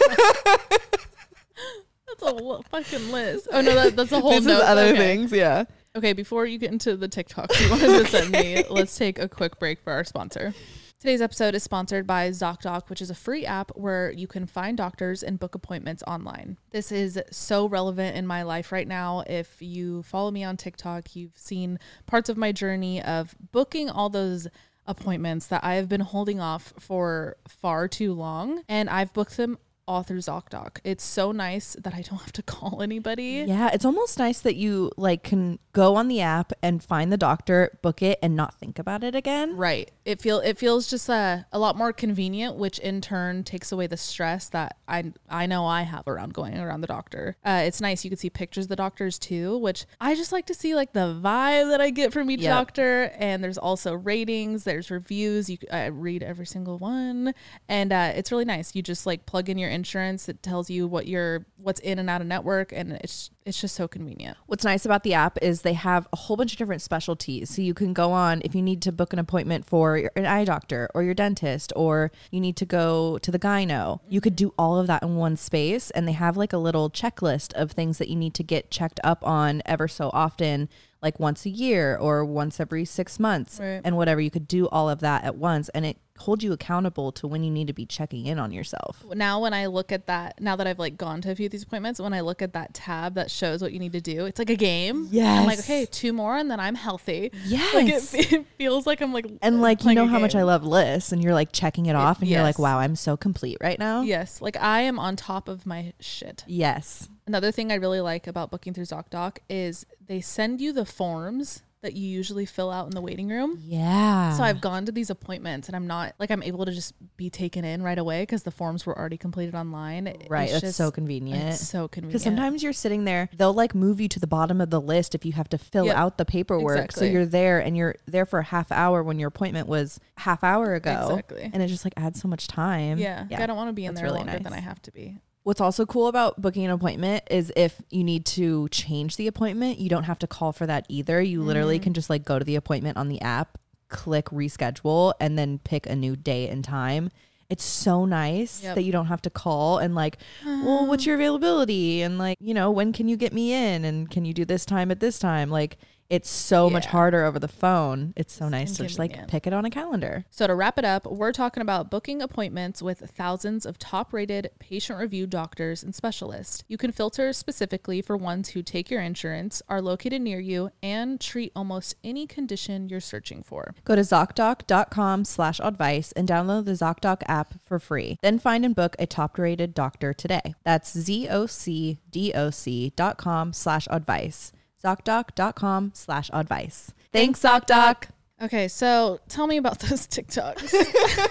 Speaker 2: a lo- fucking list. Oh no, that, that's a whole.
Speaker 1: this
Speaker 2: note.
Speaker 1: is other
Speaker 2: okay.
Speaker 1: things, yeah.
Speaker 2: Okay, before you get into the TikTok you wanted to send me, let's take a quick break for our sponsor. Today's episode is sponsored by ZocDoc, which is a free app where you can find doctors and book appointments online. This is so relevant in my life right now. If you follow me on TikTok, you've seen parts of my journey of booking all those appointments that I have been holding off for far too long, and I've booked them all through ZocDoc. It's so nice that I don't have to call anybody.
Speaker 1: Yeah, it's almost nice that you like can go on the app and find the doctor, book it, and not think about it again.
Speaker 2: Right. It feel it feels just uh, a lot more convenient, which in turn takes away the stress that I I know I have around going around the doctor. Uh, it's nice you can see pictures of the doctors too, which I just like to see like the vibe that I get from each
Speaker 1: Yep.
Speaker 2: doctor. And there's also ratings, there's reviews. You c- I read every single one, and uh, it's really nice. You just like plug in your insurance. It tells you what your what's in and out of network, and it's it's just so convenient.
Speaker 1: What's nice about the app is they have a whole bunch of different specialties. So you can go on if you need to book an appointment for your, an eye doctor or your dentist, or you need to go to the gyno. You could do all of that in one space. And they have like a little checklist of things that you need to get checked up on ever so often, like once a year or once every six months
Speaker 2: Right.
Speaker 1: and whatever. You could do all of that at once. And it holds you accountable to when you need to be checking in on yourself.
Speaker 2: now when I look at that, now that I've like gone to a few of these appointments, when I look at that tab that shows what you need to do, it's like a game. I'm like,
Speaker 1: Yes.
Speaker 2: okay, two more and then I'm healthy.
Speaker 1: Yes.
Speaker 2: Like it, it feels like I'm like
Speaker 1: and like you
Speaker 2: playing
Speaker 1: know
Speaker 2: a
Speaker 1: how much
Speaker 2: game.
Speaker 1: I love lists, and you're like checking it off, and you're like,
Speaker 2: yes.
Speaker 1: wow, I'm so complete right now.
Speaker 2: Yes, like I am on top of my shit.
Speaker 1: Yes.
Speaker 2: Another thing I really like about booking through ZocDoc is they send you the forms that you usually fill out in the waiting room.
Speaker 1: Yeah.
Speaker 2: So I've gone to these appointments and I'm not like I'm able to just be taken in right away because the forms were already completed online.
Speaker 1: right.
Speaker 2: It's
Speaker 1: that's
Speaker 2: just-
Speaker 1: so convenient.
Speaker 2: It's so convenient.
Speaker 1: because sometimes you're sitting there, they'll like move you to the bottom of the list if you have to fill
Speaker 2: Yep.
Speaker 1: out the paperwork.
Speaker 2: Exactly.
Speaker 1: So you're there and you're there for a half hour when your appointment was half hour ago.
Speaker 2: Exactly.
Speaker 1: And it just like adds so much time.
Speaker 2: Yeah. like, I don't want to be in
Speaker 1: Mm-hmm. That's
Speaker 2: there
Speaker 1: really
Speaker 2: longer than I
Speaker 1: nice.
Speaker 2: have to be.
Speaker 1: What's also cool about booking an appointment is if you need to change the appointment, you don't have to call for that either. You
Speaker 2: Mm-hmm.
Speaker 1: literally can just like go to the appointment on the app, click reschedule, and then pick a new day and time. It's so nice
Speaker 2: Yep.
Speaker 1: that you don't have to call and like, well, what's your availability? And like, you know, when can you get me in? And can you do this time at this time? Like, it's so much
Speaker 2: Yeah.
Speaker 1: harder over the phone. It's so nice to just like
Speaker 2: convenient.
Speaker 1: pick it on a calendar.
Speaker 2: So, to wrap it up, we're talking about booking appointments with thousands of top rated patient review doctors and specialists. You can filter specifically for ones who take your insurance, are located near you, and treat almost any condition you're searching for.
Speaker 1: Go to ZocDoc.com slash advice and download the ZocDoc app for free. Then find and book a top rated doctor today. That's ZocDoc.com slash advice. ZocDoc.com slash advice. Thanks, ZocDoc.
Speaker 2: Okay, so tell me about those TikToks.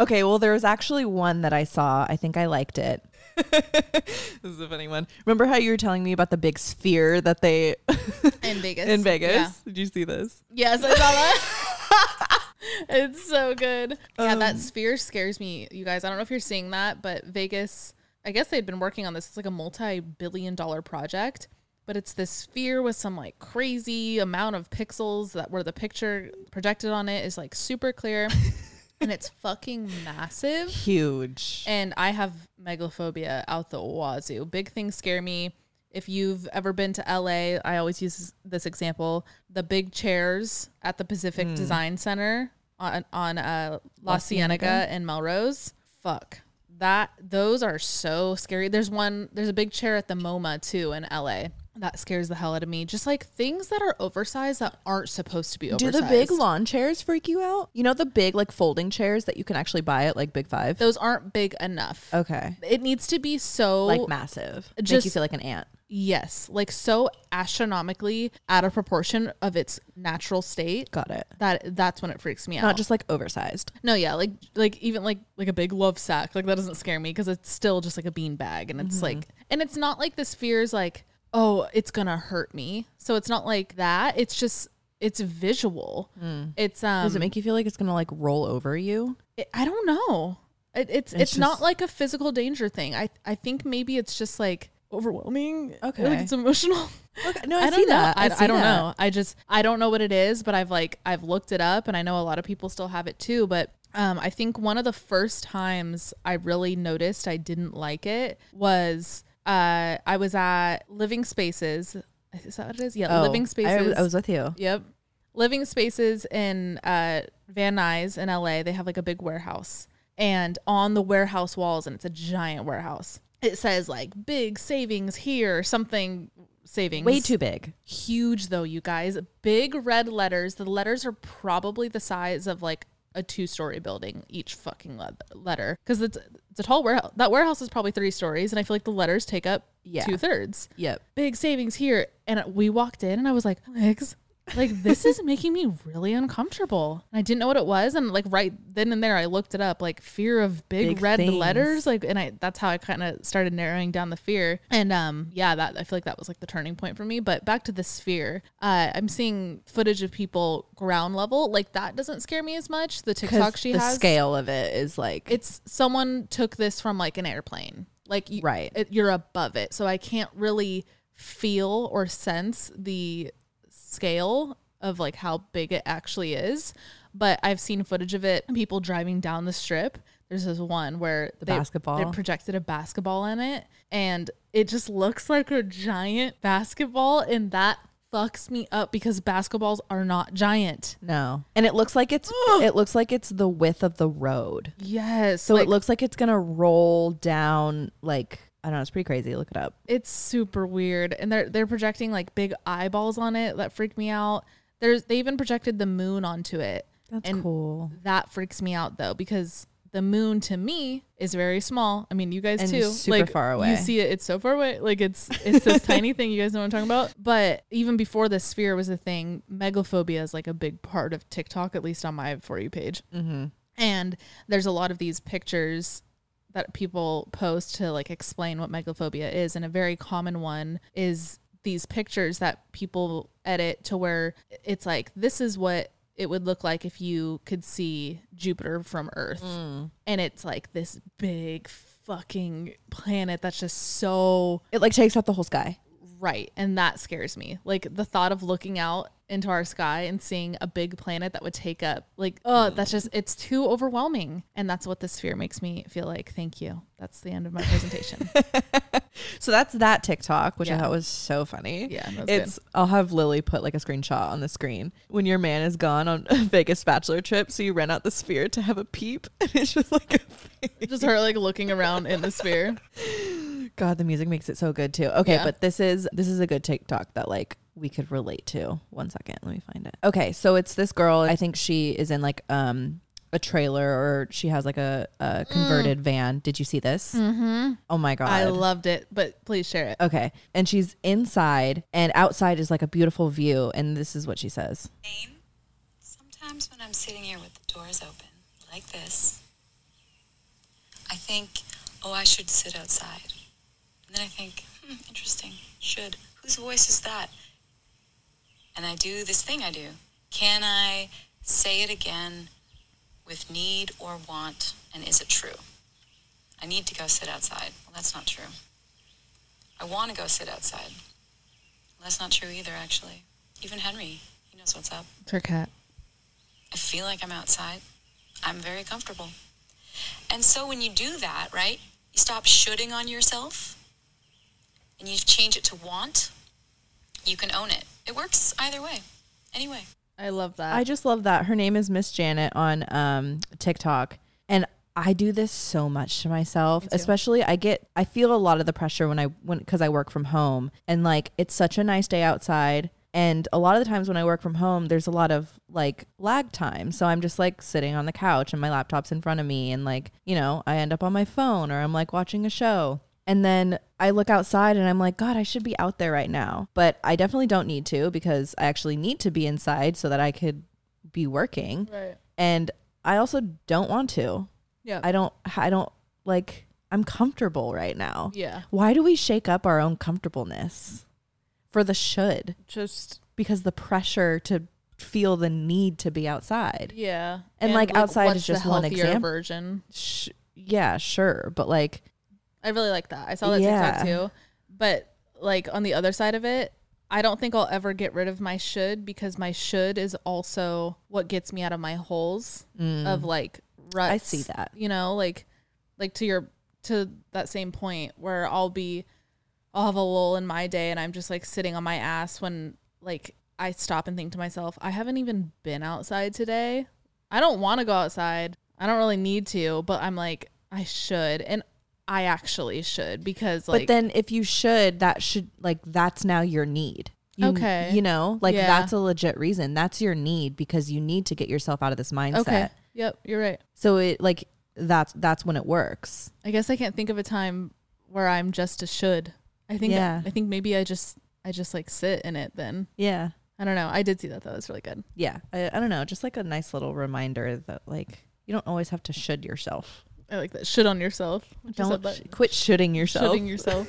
Speaker 1: Okay, well, there was actually one that I saw. I think I liked it. this is a funny one. Remember how you were telling me about the big sphere that they
Speaker 2: In Vegas.
Speaker 1: in Vegas?
Speaker 2: Yeah.
Speaker 1: Did you see this?
Speaker 2: Yes, I saw that. it's so good. Yeah, that sphere scares me, you guys. I don't know if you're seeing that, but Vegas, I guess they'd been working on this. It's like a multi billion dollar project, but it's this sphere with some like crazy amount of pixels that where the picture projected on it is like super clear and it's fucking massive.
Speaker 1: Huge.
Speaker 2: And I have megalophobia out the wazoo. Big things scare me. If you've ever been to LA, I always use this example: the big chairs at the Pacific
Speaker 1: Hmm.
Speaker 2: Design Center on on uh, La, Cienega and Melrose. Fuck that! Those are so scary. There's one. There's a big chair at the MoMA too in LA. That scares the hell out of me. Just like things that are oversized that aren't supposed to be
Speaker 1: Do
Speaker 2: oversized.
Speaker 1: the big lawn chairs freak you out? You know the big like folding chairs that you can actually buy at like Big Five.
Speaker 2: Those aren't big enough.
Speaker 1: okay,
Speaker 2: It needs to be so
Speaker 1: Oh. like massive. Make you
Speaker 2: just-
Speaker 1: feel like an ant.
Speaker 2: Yes, like so astronomically out of proportion of its natural state
Speaker 1: Got it.
Speaker 2: that that's when it freaks me out.
Speaker 1: Not just like oversized.
Speaker 2: no, yeah, like like even like like a big love sack like that doesn't scare me because it's still just like a bean bag and
Speaker 1: Mm-hmm.
Speaker 2: it's like and it's not like this fear is like oh it's gonna hurt me so it's not like that it's just it's visual it's um
Speaker 1: Does Mm. it make you feel like it's gonna like roll over you?
Speaker 2: it- I don't know. It, it's it's,
Speaker 1: just-
Speaker 2: not like a physical danger thing. I I think maybe it's just like overwhelming.
Speaker 1: Okay.
Speaker 2: like it's emotional.
Speaker 1: Okay, no, I
Speaker 2: don't
Speaker 1: see
Speaker 2: know.
Speaker 1: that.
Speaker 2: I,
Speaker 1: I see
Speaker 2: I don't
Speaker 1: that.
Speaker 2: know. I just I don't know what it is, but I've like I've looked it up, and I know a lot of people still have it too. But um, I think one of the first times I really noticed I didn't like it was uh I was at Living Spaces. Is that what it is? Yeah,
Speaker 1: Oh, I
Speaker 2: Living
Speaker 1: was-
Speaker 2: Spaces.
Speaker 1: I, was with you.
Speaker 2: Yep. Living Spaces in uh, Van Nuys in LA, they have like a big warehouse. And on the warehouse walls, and it's a giant warehouse, it says like big savings here, or something savings.
Speaker 1: Way too big.
Speaker 2: huge though, you guys. Big red letters. The letters are probably the size of like a two story building, each fucking le- letter. Because it's, it's a tall warehouse. That warehouse is probably three stories. And I feel like the letters take up
Speaker 1: Yeah.
Speaker 2: two thirds
Speaker 1: Yep.
Speaker 2: big savings here. And we walked in and I was like, Legs, like this is making me really uncomfortable. And I didn't know what it was. And like right then and there I looked it up, like fear of big,
Speaker 1: Big
Speaker 2: red
Speaker 1: things.
Speaker 2: letters. Like and I that's how I kind of started narrowing down the fear. And um yeah, that I feel like that was like the turning point for me. But back to the sphere, uh, I'm seeing footage of people ground level. Like that doesn't scare me as much. The TikTok she
Speaker 1: the
Speaker 2: has
Speaker 1: scale of it is like
Speaker 2: it's someone took this from like an airplane like you,
Speaker 1: Right.
Speaker 2: it, you're above it so i can't really feel or sense the scale of like how big it actually is but i've seen footage of it people driving down the strip there's this one where the
Speaker 1: basketball.
Speaker 2: they projected a basketball in it and it just looks like a giant basketball and that fucks me up because basketballs are not giant
Speaker 1: no, and it looks like it's it looks like it's the width of the road.
Speaker 2: yes
Speaker 1: So it looks like it's gonna roll down. Like I don't know. It's pretty crazy. Look it up.
Speaker 2: It's super weird, and they're they're projecting like big eyeballs on it that freaked me out. There's they even projected the moon onto it.
Speaker 1: That's
Speaker 2: And-
Speaker 1: cool.
Speaker 2: That freaks me out though because the moon to me is very small. I mean, you guys
Speaker 1: And
Speaker 2: too.
Speaker 1: super
Speaker 2: like,
Speaker 1: far away.
Speaker 2: You see it? It's so far away. Like it's it's this tiny thing. You guys know what I'm talking about. But even before the sphere was a thing, megalophobia is like a big part of TikTok, at least on my for you page.
Speaker 1: Mm-hmm.
Speaker 2: And there's a lot of these pictures that people post to like explain what megalophobia is. And a very common one is these pictures that people edit to where it's like, this is what it would look like if you could see Jupiter from Earth.
Speaker 1: Mm.
Speaker 2: And it's like this big fucking planet that's just so
Speaker 1: It like takes up the whole sky.
Speaker 2: Right. And that scares me. Like the thought of looking out into our sky and seeing a big planet that would take up, like, oh,
Speaker 1: Mm.
Speaker 2: that's just, it's too overwhelming. And that's what this fear makes me feel like. Thank you. That's the end of my presentation.
Speaker 1: So that's that TikTok, which I
Speaker 2: Yeah.
Speaker 1: thought was so funny.
Speaker 2: Yeah, that was good.
Speaker 1: it's I'll have Lily put like a screenshot on the screen when your man is gone on a Vegas bachelor trip, so you rent out the sphere to have a peep, and it's just like a face.
Speaker 2: just her like looking around in the sphere.
Speaker 1: God, the music makes it so good too. Okay,
Speaker 2: Yeah.
Speaker 1: but this is this is a good TikTok that like we could relate to. One second, let me find it. Okay, so it's this girl. I think she is in like um a trailer or she has like a, a converted van. Did you see this? Mm. Mm-hmm. Oh my god.
Speaker 2: I loved it, but please share it.
Speaker 1: Okay. And she's inside, and outside is like a beautiful view. And this is what she says
Speaker 3: Jane, sometimes when I'm sitting here with the doors open, like this, I think, oh, I should sit outside. And then I think, hmm, interesting, should. Whose voice is that? And I do this thing I do. Can I say it again with need or want? And is it true? I need to go sit outside. Well, that's not true. I want to go sit outside. Well, that's not true either, actually. Even Henry, he knows what's up.
Speaker 2: It's her cat.
Speaker 3: I feel like I'm outside. I'm very comfortable. And so when you do that, right, you stop shooting on yourself and you change it to want, you can own it. It works either way. Anyway.
Speaker 2: I love that.
Speaker 1: I just love that. Her name is Miss Janet on um, TikTok. And I do this so much to myself, especially I get, I feel a lot of the pressure when I, when, cause I work from home and like it's such a nice day outside. And a lot of the times when I work from home, there's a lot of like lag time. So I'm just like sitting on the couch and my laptop's in front of me. And like, you know, I end up on my phone or I'm like watching a show. And then I look outside and I'm like, God, I should be out there right now. But I definitely don't need to because I actually need to be inside so that I could be working.
Speaker 2: right.
Speaker 1: And I also don't want to.
Speaker 2: Yeah.
Speaker 1: I don't, I don't like, I'm comfortable right now.
Speaker 2: yeah.
Speaker 1: Why do we shake up our own comfortableness for the should?
Speaker 2: Just,
Speaker 1: Because the pressure to feel the need to be outside.
Speaker 2: yeah.
Speaker 1: And, like, outside
Speaker 2: what's
Speaker 1: is
Speaker 2: the
Speaker 1: just one
Speaker 2: healthier
Speaker 1: example.
Speaker 2: version.
Speaker 1: Sh- yeah, sure. But like,
Speaker 2: I really like that. I saw that
Speaker 1: Yeah.
Speaker 2: TikTok too. But like on the other side of it, I don't think I'll ever get rid of my should because my should is also what gets me out of my holes of like ruts.
Speaker 1: Mm. see that.
Speaker 2: You know, like like to your to that same point where I'll be I'll have a lull in my day and I'm just like sitting on my ass when like I stop and think to myself, I haven't even been outside today. I don't want to go outside. I don't really need to, but I'm like, I should. And I actually should because like
Speaker 1: but then if you should that should like that's now your need you,
Speaker 2: Okay.
Speaker 1: you know like
Speaker 2: Yeah.
Speaker 1: that's a legit reason that's your need because you need to get yourself out of this mindset
Speaker 2: Okay. Yep, you're right.
Speaker 1: so it like that's that's when it works
Speaker 2: I guess I can't think of a time where I'm just a should. I think
Speaker 1: Yeah.
Speaker 2: I think maybe I just I just like sit in it then.
Speaker 1: yeah
Speaker 2: I don't know. I did see that though. It's really good.
Speaker 1: yeah I, I don't know just like a nice little reminder that like you don't always have to should yourself
Speaker 2: I like that. Shit on yourself. I just love
Speaker 1: don't
Speaker 2: that.
Speaker 1: sh- quit shoulding yourself
Speaker 2: Shitting yourself.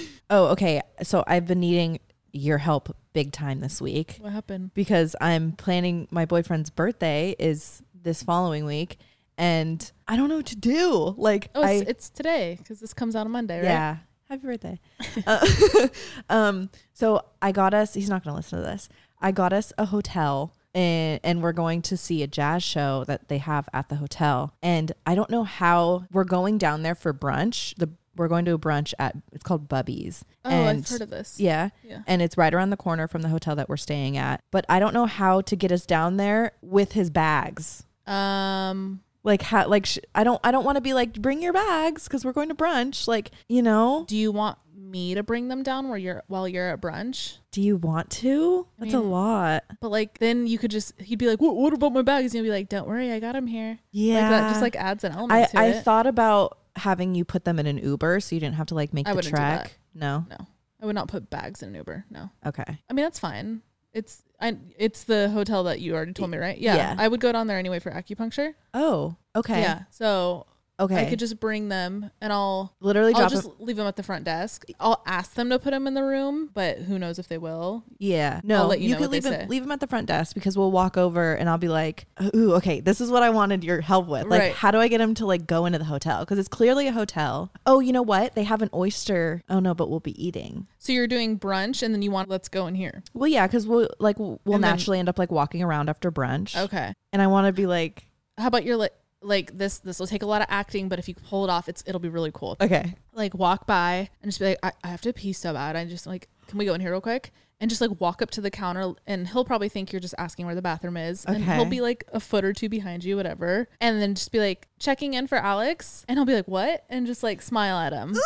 Speaker 1: oh okay so i've been needing your help big time this week
Speaker 2: what happened?
Speaker 1: because I'm planning my boyfriend's birthday is this following week and I don't know what to do. Like
Speaker 2: Oh,
Speaker 1: I
Speaker 2: it's, it's today because this comes out on Monday, right?
Speaker 1: yeah. Happy birthday. Uh, um so I got us he's not going to listen to this. I got us a hotel and and we're going to see a jazz show that they have at the hotel and I don't know how we're going down there for brunch. The we're going to a brunch at it's called Bubby's.
Speaker 2: Oh,
Speaker 1: and
Speaker 2: I've heard of this.
Speaker 1: yeah.
Speaker 2: Yeah.
Speaker 1: And it's right around the corner from the hotel that we're staying at. But I don't know how to get us down there with his bags.
Speaker 2: Um.
Speaker 1: Like how like sh- I don't I don't want to be like bring your bags cuz we're going to brunch. Like, you know,
Speaker 2: Do you want me to bring them down while you're while you're at brunch?
Speaker 1: do you want to? That's a lot.
Speaker 2: But like, then you could just he'd be like, "What, what about my bag?" He's gonna be like, "Don't worry, I got him here." Like that
Speaker 1: Yeah.
Speaker 2: just like adds an element
Speaker 1: I
Speaker 2: to
Speaker 1: I
Speaker 2: it.
Speaker 1: thought about having you put them in an Uber so you didn't have to like make
Speaker 2: I
Speaker 1: the
Speaker 2: wouldn't do
Speaker 1: trek.
Speaker 2: that.
Speaker 1: No.
Speaker 2: no, I would not put bags in an Uber. No,
Speaker 1: Okay.
Speaker 2: I mean that's fine. It's I it's the hotel that you already told me, right? Yeah,
Speaker 1: Yeah.
Speaker 2: I would go down there anyway for acupuncture.
Speaker 1: Oh, okay.
Speaker 2: Yeah, so
Speaker 1: Okay.
Speaker 2: I could just bring them and I'll
Speaker 1: literally
Speaker 2: I'll
Speaker 1: drop
Speaker 2: just
Speaker 1: a-
Speaker 2: leave them at the front desk. I'll ask them to put them in the room, but who knows if they will.
Speaker 1: Yeah. No,
Speaker 2: let you know
Speaker 1: could
Speaker 2: what they
Speaker 1: leave him
Speaker 2: say.
Speaker 1: leave him at the front desk because we'll walk over and I'll be like, "Ooh, okay, this is what I wanted your help with. Like,
Speaker 2: Right.
Speaker 1: how do I get him to like go into the hotel? Because it's clearly a hotel. Oh, you know what? They have an oyster. Oh no, but we'll be eating.
Speaker 2: So you're doing brunch and then you want let's go in here.
Speaker 1: Well, yeah, because we'll like we'll we'll
Speaker 2: And then-
Speaker 1: naturally end up like walking around after brunch.
Speaker 2: Okay.
Speaker 1: And I want to be like,
Speaker 2: How about your like like this this will take a lot of acting, but if you pull it off, it's it'll be really cool.
Speaker 1: okay,
Speaker 2: Like walk by and just be like, I, I have to pee so bad. I just like, can we go in here real quick? And just like walk up to the counter and he'll probably think you're just asking where the bathroom is. And he'll
Speaker 1: Okay.
Speaker 2: be like a foot or two behind you, whatever. And then just be like checking in for Alex and he'll be like, What? And just like smile at him.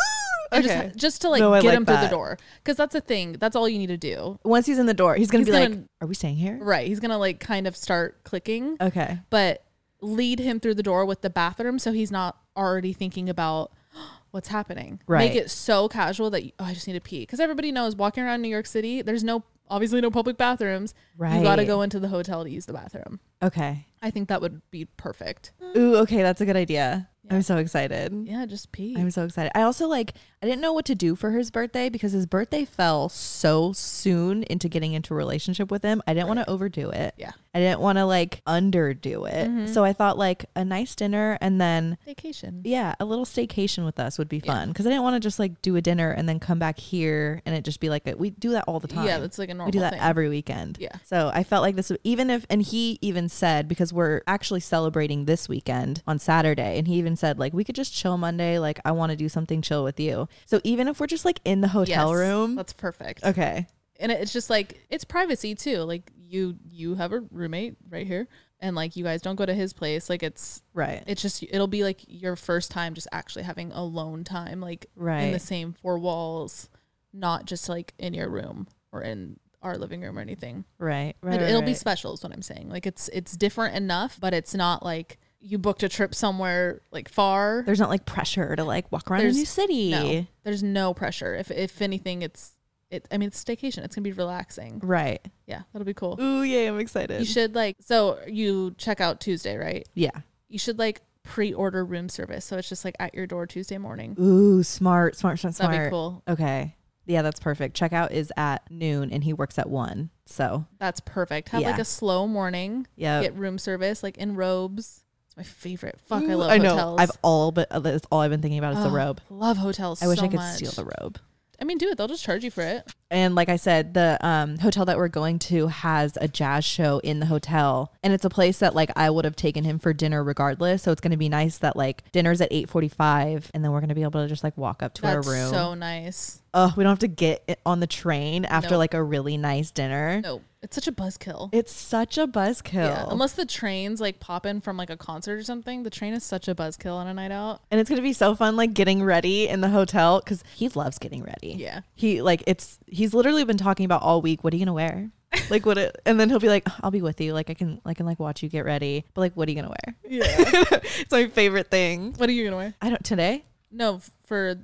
Speaker 2: And just-
Speaker 1: okay.
Speaker 2: just, to like
Speaker 1: No, I
Speaker 2: get
Speaker 1: like
Speaker 2: him through the
Speaker 1: that.
Speaker 2: door because that's a thing that's all you need to do
Speaker 1: Once he's in the door, he's gonna
Speaker 2: He's
Speaker 1: be like,
Speaker 2: gonna-
Speaker 1: "Are we staying here?
Speaker 2: right he's gonna like kind of start clicking
Speaker 1: Okay.
Speaker 2: but lead him through the door with the bathroom so he's not already thinking about what's happening
Speaker 1: Right.
Speaker 2: make it so casual that you, oh, i just need to pee because everybody knows walking around new york city there's no obviously no public bathrooms you gotta
Speaker 1: Right.
Speaker 2: go into the hotel to use the bathroom
Speaker 1: Okay.
Speaker 2: i think that would be perfect
Speaker 1: Ooh, okay, that's a good idea. I'm so excited.
Speaker 2: yeah just pee
Speaker 1: I'm so excited. I also like I didn't know what to do for his birthday because his birthday fell so soon into getting into a relationship with him. I didn't want to overdo it.
Speaker 2: Yeah. Mm-hmm.
Speaker 1: I didn't want to like underdo it. So I thought like a nice dinner and then
Speaker 2: vacation
Speaker 1: yeah, a little staycation with us would be fun because I didn't want to just like do a dinner and then come back here and it just be like a, we do that all the time.
Speaker 2: Yeah, that's like
Speaker 1: We
Speaker 2: a
Speaker 1: do
Speaker 2: normal
Speaker 1: that
Speaker 2: thing.
Speaker 1: every weekend.
Speaker 2: Yeah.
Speaker 1: So I felt like this even if and he even said because we're actually celebrating this weekend on Saturday and he even said like we could just chill Monday like I want to do something chill with you. So even if we're just like in the hotel
Speaker 2: Yes,
Speaker 1: room,
Speaker 2: that's perfect
Speaker 1: okay.
Speaker 2: and it's just like it's privacy too like you you have a roommate right here and like you guys don't go to his place like it's
Speaker 1: Right.
Speaker 2: it's just it'll be like your first time just actually having alone time like in the
Speaker 1: Right.
Speaker 2: same four walls not just like in your room or in our living room or anything
Speaker 1: right. Right.
Speaker 2: it,
Speaker 1: right,
Speaker 2: it'll be
Speaker 1: right.
Speaker 2: special is what i'm saying like it's it's different enough but it's not like you booked a trip somewhere like far
Speaker 1: There's not like pressure to like walk around a
Speaker 2: There's
Speaker 1: new city.
Speaker 2: no there's no pressure if if anything it's it i mean it's staycation it's gonna be relaxing
Speaker 1: Right.
Speaker 2: yeah that'll be cool
Speaker 1: Ooh, yeah, I'm
Speaker 2: You
Speaker 1: excited.
Speaker 2: should like so you check out Tuesday, right?
Speaker 1: yeah.
Speaker 2: You should like pre-order room service, so it's just like at your door Tuesday morning.
Speaker 1: Ooh, smart, smart, smart, smart.
Speaker 2: That'd be cool.
Speaker 1: Okay. Yeah, that's perfect. Checkout is at noon and he works at one. So
Speaker 2: That's perfect. Have like
Speaker 1: Yeah. Oh.
Speaker 2: a slow morning.
Speaker 1: yeah.
Speaker 2: Get room service like in robes. It's my favorite. Fuck, I
Speaker 1: Ooh,
Speaker 2: love
Speaker 1: I know.
Speaker 2: hotels.
Speaker 1: I've all but that's all I've been thinking about is the
Speaker 2: Oh,
Speaker 1: robe.
Speaker 2: Love hotels.
Speaker 1: I wish
Speaker 2: so
Speaker 1: I could
Speaker 2: much.
Speaker 1: steal the robe.
Speaker 2: I mean, do it. They'll just charge you for it.
Speaker 1: And like I said, the um, hotel that we're going to has a jazz show in the hotel, and it's a place that like I would have taken him for dinner regardless. So it's going to be nice that like dinner's at eight forty five, and then we're going to be able to just like walk up to
Speaker 2: That's
Speaker 1: our room.
Speaker 2: so nice.
Speaker 1: Ugh, we don't have to get it on the train after
Speaker 2: Nope.
Speaker 1: like a really nice dinner.
Speaker 2: No, it's such a buzzkill.
Speaker 1: It's such a buzzkill.
Speaker 2: Yeah. Unless the trains like pop in from like a concert or something, the train is such a buzzkill on a night out.
Speaker 1: And it's gonna be so fun, like getting ready in the hotel, because he loves getting ready.
Speaker 2: Yeah.
Speaker 1: he like it's he's literally been talking about all week. What are you gonna wear? Like what? It, and then he'll be like, "I'll be with you. Like I can, I can like watch you get ready." But like, what are you gonna wear?
Speaker 2: Yeah.
Speaker 1: It's my favorite thing.
Speaker 2: what are you gonna wear?
Speaker 1: I don't today.
Speaker 2: No, f- for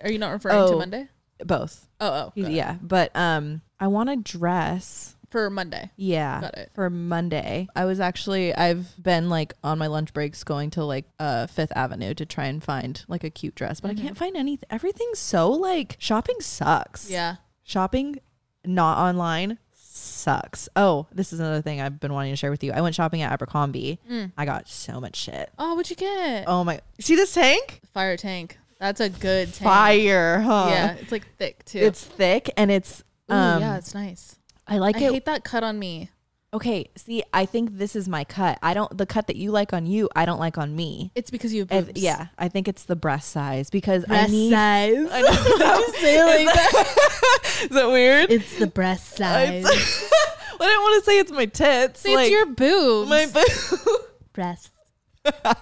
Speaker 2: are you not referring to
Speaker 1: Oh.
Speaker 2: Monday?
Speaker 1: Both.
Speaker 2: Oh, oh,
Speaker 1: He's-
Speaker 2: got it.
Speaker 1: yeah, but um, I want a dress.
Speaker 2: for Monday.
Speaker 1: Yeah,
Speaker 2: Got it.
Speaker 1: for Monday. I was actually I've been like on my lunch breaks going to like uh Fifth Avenue to try and find like a cute dress, but
Speaker 2: Mm-hmm.
Speaker 1: I can't find anything. Everything's so like shopping sucks.
Speaker 2: Yeah,
Speaker 1: shopping not online sucks. Oh, this is another thing I've been wanting to share with you. I went shopping at Abercrombie.
Speaker 2: Mm.
Speaker 1: I got so much shit.
Speaker 2: Oh, what'd you get?
Speaker 1: Oh my. See this tank?
Speaker 2: Fire tank. That's a good tank.
Speaker 1: Fire, huh?
Speaker 2: Yeah, it's like thick too.
Speaker 1: It's thick and it's
Speaker 2: Ooh,
Speaker 1: um
Speaker 2: yeah, it's nice.
Speaker 1: I like
Speaker 2: I
Speaker 1: it.
Speaker 2: hate that cut on me.
Speaker 1: okay, see, I think this is my cut. I don't the cut that you like on you, I don't like on me.
Speaker 2: It's because you have
Speaker 1: And-
Speaker 2: boobs.
Speaker 1: yeah, I think it's the breast size because I
Speaker 2: breast
Speaker 1: need
Speaker 2: size. I know. Just say it like that.
Speaker 1: Is that weird?
Speaker 2: It's the breast size. It's,
Speaker 1: Well, I didn't want to say it's my tits. like,
Speaker 2: your boobs.
Speaker 1: my boob.
Speaker 2: breast.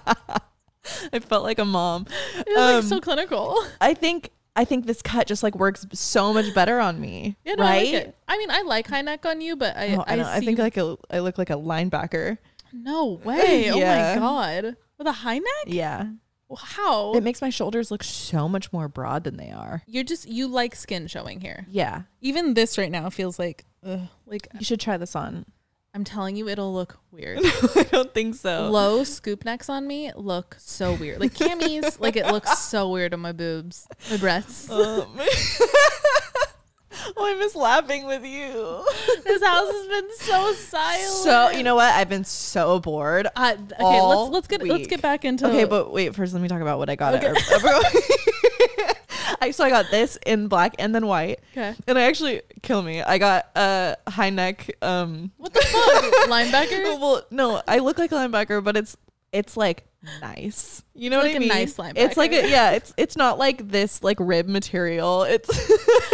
Speaker 1: I felt like a mom.
Speaker 2: It's like
Speaker 1: Um,
Speaker 2: so clinical.
Speaker 1: I think I think this cut just like works so much better on me.
Speaker 2: Yeah, no,
Speaker 1: right?
Speaker 2: I like it. I mean, I like high neck on you, but I
Speaker 1: Oh, I,
Speaker 2: I,
Speaker 1: don't-
Speaker 2: see
Speaker 1: I think like a I look like a linebacker.
Speaker 2: no way.
Speaker 1: Yeah.
Speaker 2: Oh my god, with a high neck?
Speaker 1: Yeah.
Speaker 2: How?
Speaker 1: It makes my shoulders look so much more broad than they are.
Speaker 2: You're just you like skin showing here.
Speaker 1: Yeah.
Speaker 2: Even this right now feels like ugh, like
Speaker 1: You should try this on.
Speaker 2: I'm telling you, it'll look weird.
Speaker 1: I don't think so.
Speaker 2: Low scoop necks on me look so weird. Like camis, like it looks so weird on my boobs, my breasts.
Speaker 1: Um, oh, I miss laughing with you.
Speaker 2: this house has been so silent.
Speaker 1: So you know what? I've been so bored.
Speaker 2: Uh, okay,
Speaker 1: all
Speaker 2: let's let's get let's
Speaker 1: week.
Speaker 2: get back into
Speaker 1: Okay, but wait. First, let me talk about what I got. at Urb- I so I got this in black and then white.
Speaker 2: Okay.
Speaker 1: And I actually kill me. I got a high neck. Um, oh,
Speaker 2: what the fuck, linebacker?
Speaker 1: well, no, I look like a linebacker, but it's it's like nice. You know what
Speaker 2: Like
Speaker 1: I
Speaker 2: a
Speaker 1: mean?
Speaker 2: nice
Speaker 1: It's like
Speaker 2: linebacker.
Speaker 1: a, yeah. It's it's not like this like rib material. It's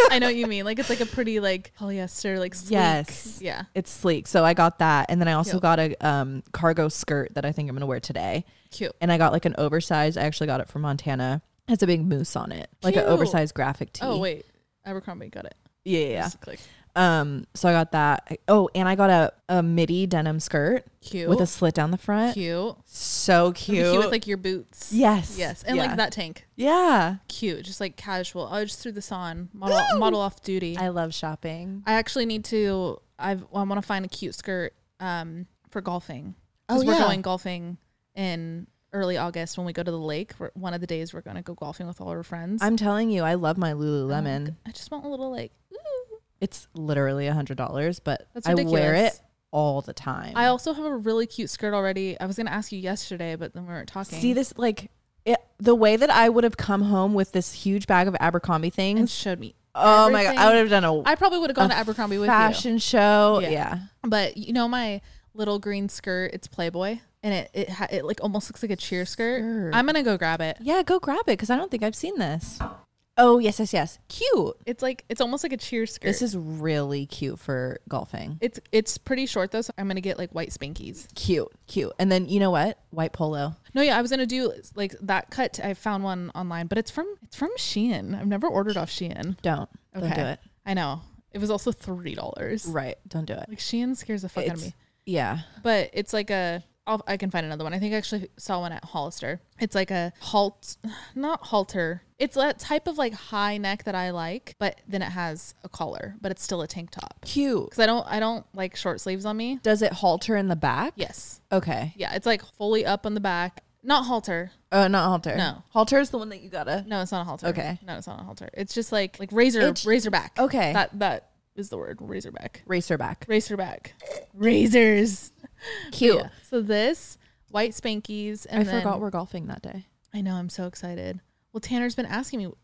Speaker 2: I know what you mean. Like it's like a pretty like polyester, like sleek.
Speaker 1: Yes.
Speaker 2: yeah.
Speaker 1: it's sleek. So I got that, and then I also
Speaker 2: Yep.
Speaker 1: got a um cargo skirt that I think I'm gonna wear today.
Speaker 2: Cute.
Speaker 1: and I got like an oversized. I actually got it from Montana. It has a big moose on it, like an
Speaker 2: Cute.
Speaker 1: oversized graphic tee.
Speaker 2: Oh wait, Abercrombie got it.
Speaker 1: yeah, yeah, yeah.
Speaker 2: Just clicked.
Speaker 1: Um, so I got that. I- Oh, and I got a a midi denim skirt
Speaker 2: Cute.
Speaker 1: with a slit down the front.
Speaker 2: cute.
Speaker 1: So cute.
Speaker 2: Cute with like your boots.
Speaker 1: yes,
Speaker 2: Yes, and
Speaker 1: yeah.
Speaker 2: like that tank.
Speaker 1: Yeah,
Speaker 2: Cute, just like casual. Oh, I just threw this on. Model, model off duty. I,
Speaker 1: I love shopping.
Speaker 2: actually need to. I've, I want to find a cute skirt um, for golfing. Because
Speaker 1: Oh,
Speaker 2: we're
Speaker 1: yeah.
Speaker 2: going golfing in early August when we go to the lake. We're, one of the days we're going to go golfing with all our friends.
Speaker 1: I'm telling you, I love my Lululemon.
Speaker 2: I just want a little like. ooh.
Speaker 1: it's literally a hundred dollars, but
Speaker 2: That's
Speaker 1: I wear
Speaker 2: ridiculous.
Speaker 1: it all the time.
Speaker 2: I also have a really cute skirt already. I was going to ask you yesterday, but then we weren't talking.
Speaker 1: see this like. It, the way that I would have come home with this huge bag of Abercrombie
Speaker 2: and
Speaker 1: things,
Speaker 2: showed me.
Speaker 1: oh my god, I
Speaker 2: everything.
Speaker 1: would have done a
Speaker 2: I probably would have gone
Speaker 1: a
Speaker 2: to Abercrombie with
Speaker 1: fashion show.
Speaker 2: Yeah.
Speaker 1: Yeah.
Speaker 2: you, but you know my little green skirt. It's Playboy, and it it ha- it like almost looks like a cheer skirt.
Speaker 1: Skirt.
Speaker 2: I'm gonna go grab it.
Speaker 1: Yeah, go grab it because I don't think I've seen this. Oh, yes, yes, yes. Cute.
Speaker 2: It's like it's almost like a cheer skirt.
Speaker 1: This is really cute for golfing.
Speaker 2: it's it's pretty short though, so I'm gonna get like white spankies.
Speaker 1: Cute, cute. And then you know what? White polo.
Speaker 2: No, yeah, I was gonna do like that cut. I found one online, but it's from it's from Shein. I've never ordered off Shein.
Speaker 1: Don't. Don't do it.
Speaker 2: I know. It was also three dollars.
Speaker 1: Right. Don't do it.
Speaker 2: Like Shein scares the fuck out of
Speaker 1: It's-
Speaker 2: me.
Speaker 1: Yeah.
Speaker 2: But it's like a I'll, I can find another one. I think I actually saw one at Hollister. It's like a halt, not halter. It's that type of like high neck that I like, but then it has a collar, but it's still a tank top.
Speaker 1: Cute.
Speaker 2: Because I don't I don't like short sleeves on me.
Speaker 1: Does it halter in the back?
Speaker 2: Yes.
Speaker 1: Okay.
Speaker 2: Yeah, it's like fully up on the back. Not halter.
Speaker 1: Oh, not halter.
Speaker 2: No.
Speaker 1: Halter is the one that you gotta.
Speaker 2: No, it's not a halter.
Speaker 1: Okay.
Speaker 2: No, it's not a halter. It's just like like razor
Speaker 1: It's-
Speaker 2: razor back.
Speaker 1: Okay.
Speaker 2: That that is the word razor back.
Speaker 1: Racer back.
Speaker 2: Razor back. Razors.
Speaker 1: Cute.
Speaker 2: Yeah. So this white spankies and
Speaker 1: I
Speaker 2: then-
Speaker 1: forgot we're golfing that day.
Speaker 2: I know. I'm so excited. Well, Tanner's been asking me, what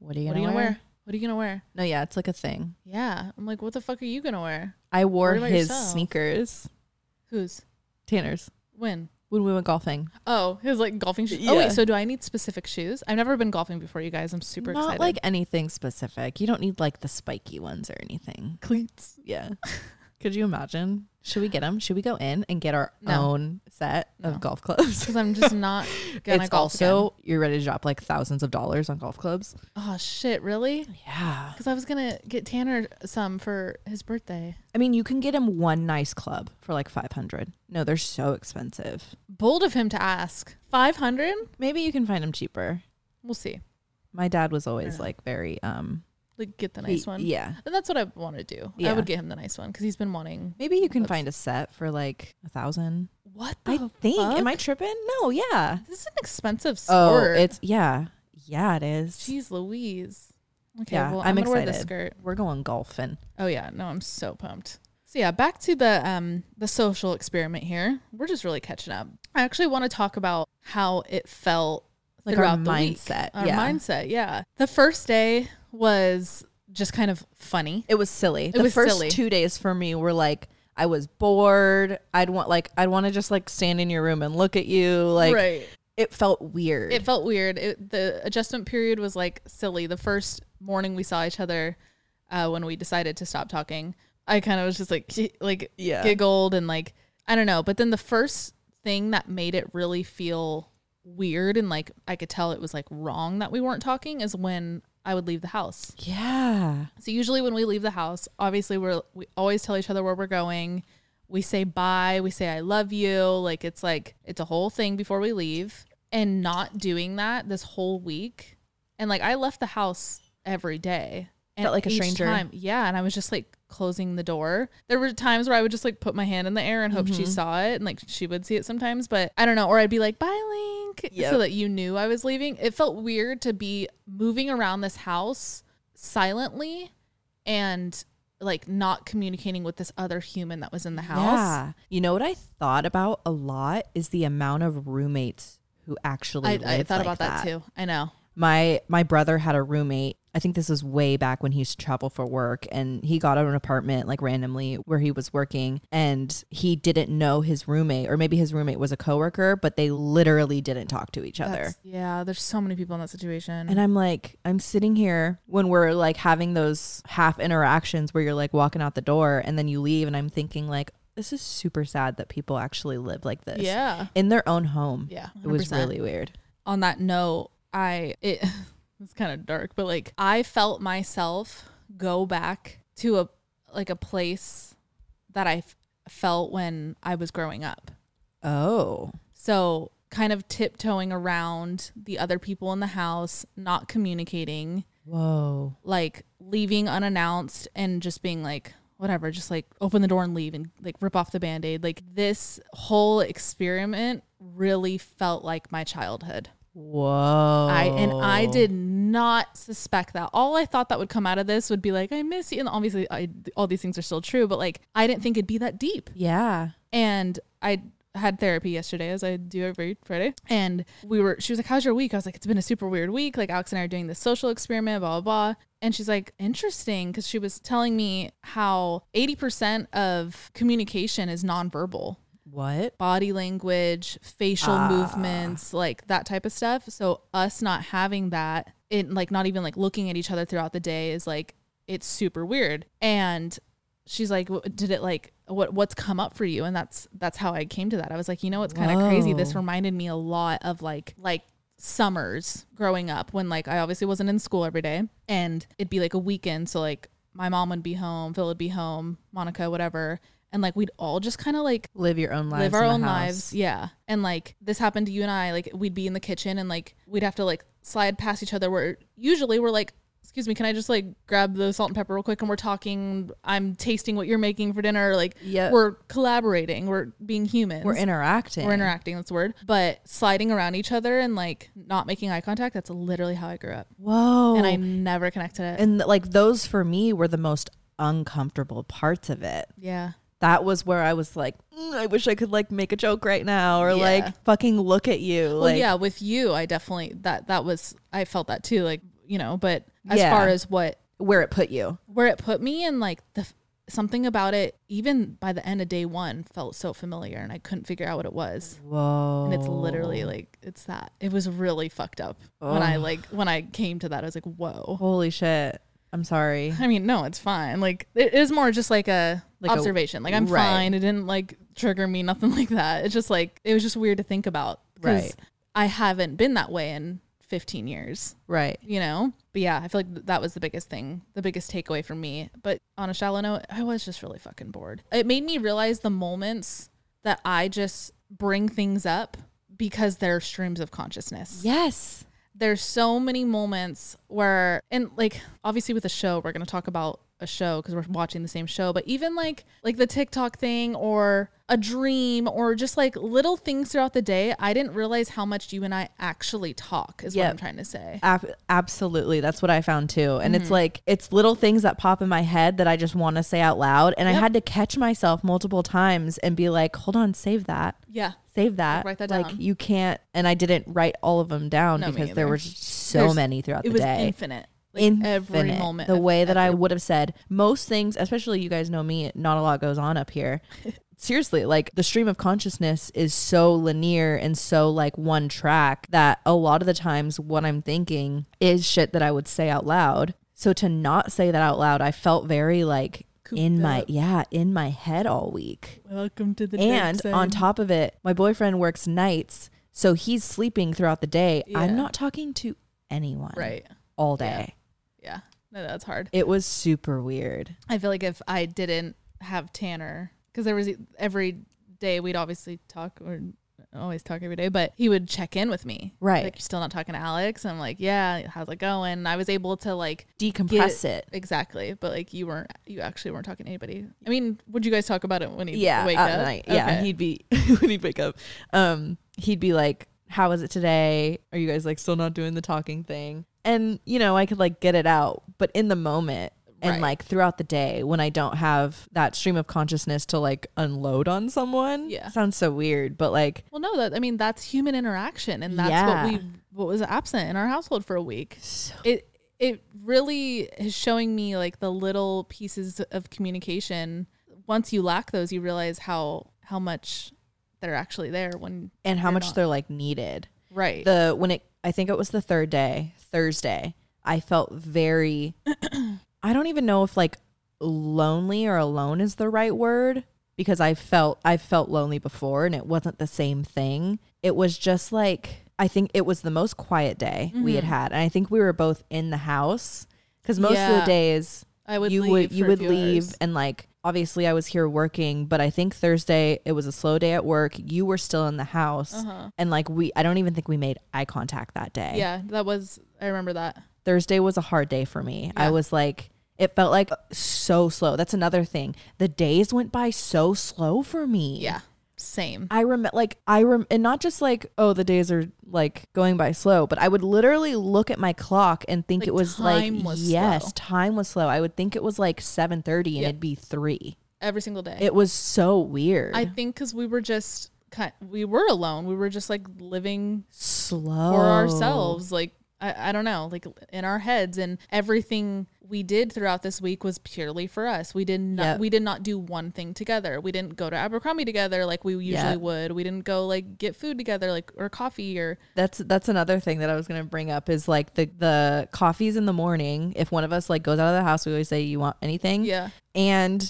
Speaker 1: What are you
Speaker 2: are
Speaker 1: gonna,
Speaker 2: you gonna
Speaker 1: wear?
Speaker 2: wear? What are you gonna wear?
Speaker 1: No, yeah, it's like a thing.
Speaker 2: Yeah. I'm like, what the fuck are you gonna wear?
Speaker 1: I wore
Speaker 2: What about
Speaker 1: his
Speaker 2: yourself?
Speaker 1: sneakers,
Speaker 2: Whose?
Speaker 1: Tanner's,
Speaker 2: When?
Speaker 1: when we went golfing.
Speaker 2: Oh, his like golfing shoes. Oh
Speaker 1: Yeah.
Speaker 2: wait, so do I need specific shoes? I've never been golfing before, you guys. I'm super
Speaker 1: not
Speaker 2: excited.
Speaker 1: like anything specific. You don't need like the spiky ones or anything.
Speaker 2: cleats.
Speaker 1: Yeah. Could you imagine? Should we get them? Should we go in and get our
Speaker 2: No.
Speaker 1: own set
Speaker 2: No.
Speaker 1: of golf clubs?
Speaker 2: Because I'm just not gonna
Speaker 1: it's
Speaker 2: golf.
Speaker 1: also you're ready to drop like thousands of dollars on golf clubs.
Speaker 2: again. Oh shit, really?
Speaker 1: Yeah.
Speaker 2: Because I was gonna get Tanner some for his birthday.
Speaker 1: I mean, you can get him one nice club for like 500. No, they're so expensive.
Speaker 2: Bold of him to ask. Five hundred?
Speaker 1: Maybe you can find them cheaper.
Speaker 2: We'll see.
Speaker 1: My dad was always
Speaker 2: know.
Speaker 1: like very um
Speaker 2: Like get the nice
Speaker 1: he-
Speaker 2: one.
Speaker 1: Yeah.
Speaker 2: And that's what I want to do. I
Speaker 1: Yeah.
Speaker 2: would get him the nice one because he's been wanting.
Speaker 1: Maybe you can
Speaker 2: That's-
Speaker 1: find a set for like a thousand.
Speaker 2: What the
Speaker 1: I think. Am I
Speaker 2: fuck?
Speaker 1: tripping? No, yeah.
Speaker 2: This is an expensive
Speaker 1: Oh,
Speaker 2: sport.
Speaker 1: it's yeah, yeah, it is.
Speaker 2: Jeez Louise. Okay,
Speaker 1: Yeah,
Speaker 2: well, I'm,
Speaker 1: I'm
Speaker 2: gonna wear this
Speaker 1: excited.
Speaker 2: skirt.
Speaker 1: We're going golfing.
Speaker 2: Oh yeah, no, I'm so pumped. So yeah, back to the um the social experiment here. We're just really catching up. I actually want to talk about how it felt
Speaker 1: Like our
Speaker 2: throughout the week.
Speaker 1: mindset,
Speaker 2: Our
Speaker 1: yeah.
Speaker 2: mindset, yeah. The first day was just kind of funny.
Speaker 1: It was silly. the
Speaker 2: was
Speaker 1: first
Speaker 2: silly.
Speaker 1: two days for me were like I was bored. I'd want like I'd want to just like stand in your room and look at you. Like
Speaker 2: right.
Speaker 1: it felt weird.
Speaker 2: It felt weird. It, the adjustment period was like silly. The first morning we saw each other, uh, when we decided to stop talking, I kind of was just like, like
Speaker 1: Yeah.
Speaker 2: giggled and like I don't know. But then the first thing that made it really feel weird and like I could tell it was like wrong that we weren't talking is when I would leave the house.
Speaker 1: yeah,
Speaker 2: So usually when we leave the house, obviously we're we always tell each other where we're going. We say bye, we say I love you, like it's like it's a whole thing before we leave. And not doing that this whole week. And like I left the house every day. And
Speaker 1: Felt like a
Speaker 2: each
Speaker 1: stranger.
Speaker 2: Time, yeah, and I was just like closing the door. There were times where I would just like put my hand in the air and hope she
Speaker 1: Mm-hmm.
Speaker 2: saw it and like she would see it sometimes, but I don't know. Or I'd be like, bye, Link,
Speaker 1: Yep.
Speaker 2: so that you knew I was leaving. It felt weird to be moving around this house silently and like not communicating with this other human that was in the house.
Speaker 1: Yeah. You know what I thought about a lot is the amount of roommates who actually
Speaker 2: I, I
Speaker 1: live
Speaker 2: thought
Speaker 1: like
Speaker 2: about that, too. I know.
Speaker 1: My my brother had a roommate. I think this was way back when he used to travel for work and he got out an apartment like randomly where he was working and he didn't know his roommate or maybe his roommate was a coworker, but they literally didn't talk to each other.
Speaker 2: That's- yeah, there's so many people in that situation.
Speaker 1: And I'm like, I'm sitting here when we're like having those half interactions where you're like walking out the door and then you leave and I'm thinking like this is super sad that people actually live like this.
Speaker 2: yeah.
Speaker 1: In their own home.
Speaker 2: Yeah.
Speaker 1: It was
Speaker 2: 100%.
Speaker 1: really weird.
Speaker 2: on that note, I it it's kind of dark, but like I felt myself go back to a like a place that I f- felt when I was growing up.
Speaker 1: Oh.
Speaker 2: So, kind of tiptoeing around the other people in the house, not communicating,
Speaker 1: Whoa.
Speaker 2: like leaving unannounced and just being like whatever, just like open the door and leave and like rip off the band-aid. Like this whole experiment really felt like my childhood.
Speaker 1: Whoa.
Speaker 2: I and I did not suspect that. All I thought that would come out of this would be like, I miss you, and obviously, I, all these things are still true. But like, I didn't think it'd be that deep.
Speaker 1: Yeah.
Speaker 2: And I had therapy yesterday, as I do every Friday. And we were, she was like, How's your week? I was like, It's been a super weird week. Like, Alex and I are doing this social experiment, blah, blah, blah. And she's like, Interesting. Cause she was telling me how 80% of communication is nonverbal
Speaker 1: What?
Speaker 2: body language, facial movements, like that type of stuff. So us not having that, it like not even like looking at each other throughout the day is like it's super weird. And she's like, "W- "Did it like what what's come up for you?" And that's that's how I came to that. I was like, "You know, it's kind of crazy. This
Speaker 1: Whoa.
Speaker 2: reminded me a lot of like like summers growing up when like I obviously wasn't in school every day and it'd be like a weekend so like my mom would be home, Phil would be home, Monica whatever and like we'd all just kind of like
Speaker 1: Live your own lives.
Speaker 2: live our
Speaker 1: in the
Speaker 2: own
Speaker 1: house.
Speaker 2: lives. Yeah. And like this happened to you and I, like we'd be in the kitchen and like we'd have to like slide past each other where usually we're like, excuse me, can I just like grab the salt and pepper real quick? And we're talking, I'm tasting what you're making for dinner. Like
Speaker 1: Yeah.
Speaker 2: we're collaborating. We're being humans.
Speaker 1: We're interacting.
Speaker 2: We're interacting, that's the word. But sliding around each other and like not making eye contact, that's literally how I grew up.
Speaker 1: Whoa.
Speaker 2: And I never connected it.
Speaker 1: Oh. and like those for me were the most uncomfortable parts of it.
Speaker 2: yeah.
Speaker 1: that was where I was like, "Mm, I wish I could like make a joke right now or
Speaker 2: Yeah.
Speaker 1: like fucking look at you.
Speaker 2: Well,
Speaker 1: like,
Speaker 2: yeah, with you, I definitely that that was I felt that too. Like you know, but as
Speaker 1: Yeah.
Speaker 2: far as what
Speaker 1: where it put you.
Speaker 2: where it put me and like the f- something about it even by the end of day one felt so familiar and i couldn't figure out what it was
Speaker 1: Whoa.
Speaker 2: and it's
Speaker 1: Oh.
Speaker 2: literally like it's that it was really fucked up when i like when i came to that i was like whoa
Speaker 1: holy shit. I'm sorry.
Speaker 2: i mean no it's fine like it is more just like a
Speaker 1: Like a-
Speaker 2: observation like i'm
Speaker 1: right.
Speaker 2: fine it didn't like trigger me nothing like that it's just like it was just weird to think about 'cause
Speaker 1: Right.
Speaker 2: i haven't been that way in 15 years
Speaker 1: Right.
Speaker 2: you know but yeah i feel like th- that was the biggest thing the biggest takeaway for me but on a shallow note i was just really fucking bored it made me realize the moments that i just bring things up because they're streams of consciousness
Speaker 1: Yes.
Speaker 2: there's so many moments where and like obviously with a show we're going to talk about a show because we're watching the same show but even like like the tiktok thing or a dream or just like little things throughout the day i didn't realize how much you and i actually talk is what i'm
Speaker 1: Yep.
Speaker 2: trying to say
Speaker 1: Ab- absolutely. That's what I found too. And
Speaker 2: Mm-hmm.
Speaker 1: it's like, it's little things that pop in my head that I just want to say out loud. And I
Speaker 2: Yep.
Speaker 1: had to catch myself multiple times and be like, hold on, save that.
Speaker 2: yeah
Speaker 1: Save that.
Speaker 2: Write that
Speaker 1: like
Speaker 2: down.
Speaker 1: you can't. And I didn't write all of them down
Speaker 2: No, me
Speaker 1: because there
Speaker 2: either.
Speaker 1: were just so
Speaker 2: There's-
Speaker 1: many throughout
Speaker 2: it
Speaker 1: the
Speaker 2: was
Speaker 1: day.
Speaker 2: infinite. Like
Speaker 1: in
Speaker 2: every moment.
Speaker 1: The
Speaker 2: of
Speaker 1: way that I
Speaker 2: every-
Speaker 1: would have said most things, especially you guys know me, not a lot goes on up here. Seriously, like the stream of consciousness is so linear and so like one track that a lot of the times what I'm thinking is shit that I would say out loud. So to not say that out loud, I felt very like
Speaker 2: Cooped
Speaker 1: in my
Speaker 2: up.
Speaker 1: yeah, in my head all week.
Speaker 2: welcome to the
Speaker 1: And on top of it, my boyfriend works nights, so he's sleeping throughout the day.
Speaker 2: Yeah.
Speaker 1: I'm not talking to anyone
Speaker 2: right?
Speaker 1: all
Speaker 2: Yeah.
Speaker 1: day.
Speaker 2: Yeah, no, that's hard.
Speaker 1: It was super weird.
Speaker 2: I feel like if I e, didn't have Tanner, because there was every day we'd obviously talk, or always talk every day, but he would check in with me.
Speaker 1: Right.
Speaker 2: Like, you're still not talking to Alex? And I'm like, yeah, how's it going? And I was able to like
Speaker 1: Decompress it.
Speaker 2: Exactly. But like you weren't, you actually weren't talking to anybody. I mean, would you guys talk about it when he
Speaker 1: yeah
Speaker 2: wake
Speaker 1: at
Speaker 2: up?
Speaker 1: night. yeah
Speaker 2: Okay.
Speaker 1: he'd be when he'd wake up um he'd be like how was it today are you guys like still not doing the talking thing and you know i could like get it out but in the moment and
Speaker 2: Right.
Speaker 1: like throughout the day when i don't have that stream of consciousness to like unload on someone
Speaker 2: Yeah.
Speaker 1: sounds so weird but like
Speaker 2: well, no, that I mean that's human interaction, and that's
Speaker 1: Yeah.
Speaker 2: what we what was absent in our household for a week. it it really is showing me like the little pieces of communication. Once you lack those, you realize how how much they're actually there when
Speaker 1: and how
Speaker 2: You're
Speaker 1: much
Speaker 2: not-
Speaker 1: they're like needed
Speaker 2: right.
Speaker 1: the when it I think it was the third day, Thursday, I felt very I don't even know if like lonely or alone is the right word because I felt I felt lonely before and it wasn't the same thing. It was just like I think it was the most quiet day we
Speaker 2: Mm-hmm.
Speaker 1: had had and I think we were both in the house cuz most of
Speaker 2: Yeah.
Speaker 1: the days
Speaker 2: I would
Speaker 1: you
Speaker 2: leave
Speaker 1: would you
Speaker 2: for a
Speaker 1: would
Speaker 2: few
Speaker 1: leave
Speaker 2: hours.
Speaker 1: and like obviously I was here working, but I think Thursday it was a slow day at work. You were still in the house and like we I don't even think we made eye contact that day.
Speaker 2: Uh-huh. Yeah, that was I remember that.
Speaker 1: Thursday was a hard day for me. I was like it felt like so slow. That's another thing. The days went by so slow for me.
Speaker 2: Yeah, same.
Speaker 1: I remember, like, I rem, and not just like, oh, the days are like going by slow, but I would literally look at my clock and think
Speaker 2: Like,
Speaker 1: it was
Speaker 2: time
Speaker 1: like,
Speaker 2: was
Speaker 1: yes,
Speaker 2: slow.
Speaker 1: time was slow. I would think it was like seven thirty, and
Speaker 2: Yeah.
Speaker 1: it'd be three.
Speaker 2: Every single day.
Speaker 1: It was so weird.
Speaker 2: I think because we were just kind, we were alone. We were just like living
Speaker 1: slow
Speaker 2: for ourselves. Like I, I don't know, like in our heads, and everything we did throughout this week was purely for us. We did not,
Speaker 1: Yep.
Speaker 2: we did not do one thing together. We didn't go to Abercrombie together like we usually
Speaker 1: Yep.
Speaker 2: would. We didn't go like get food together, like or coffee or
Speaker 1: That's that's another thing that I was gonna bring up is like the the coffees in the morning. If one of us like goes out of the house, we always say, "You want anything?"
Speaker 2: yeah,
Speaker 1: and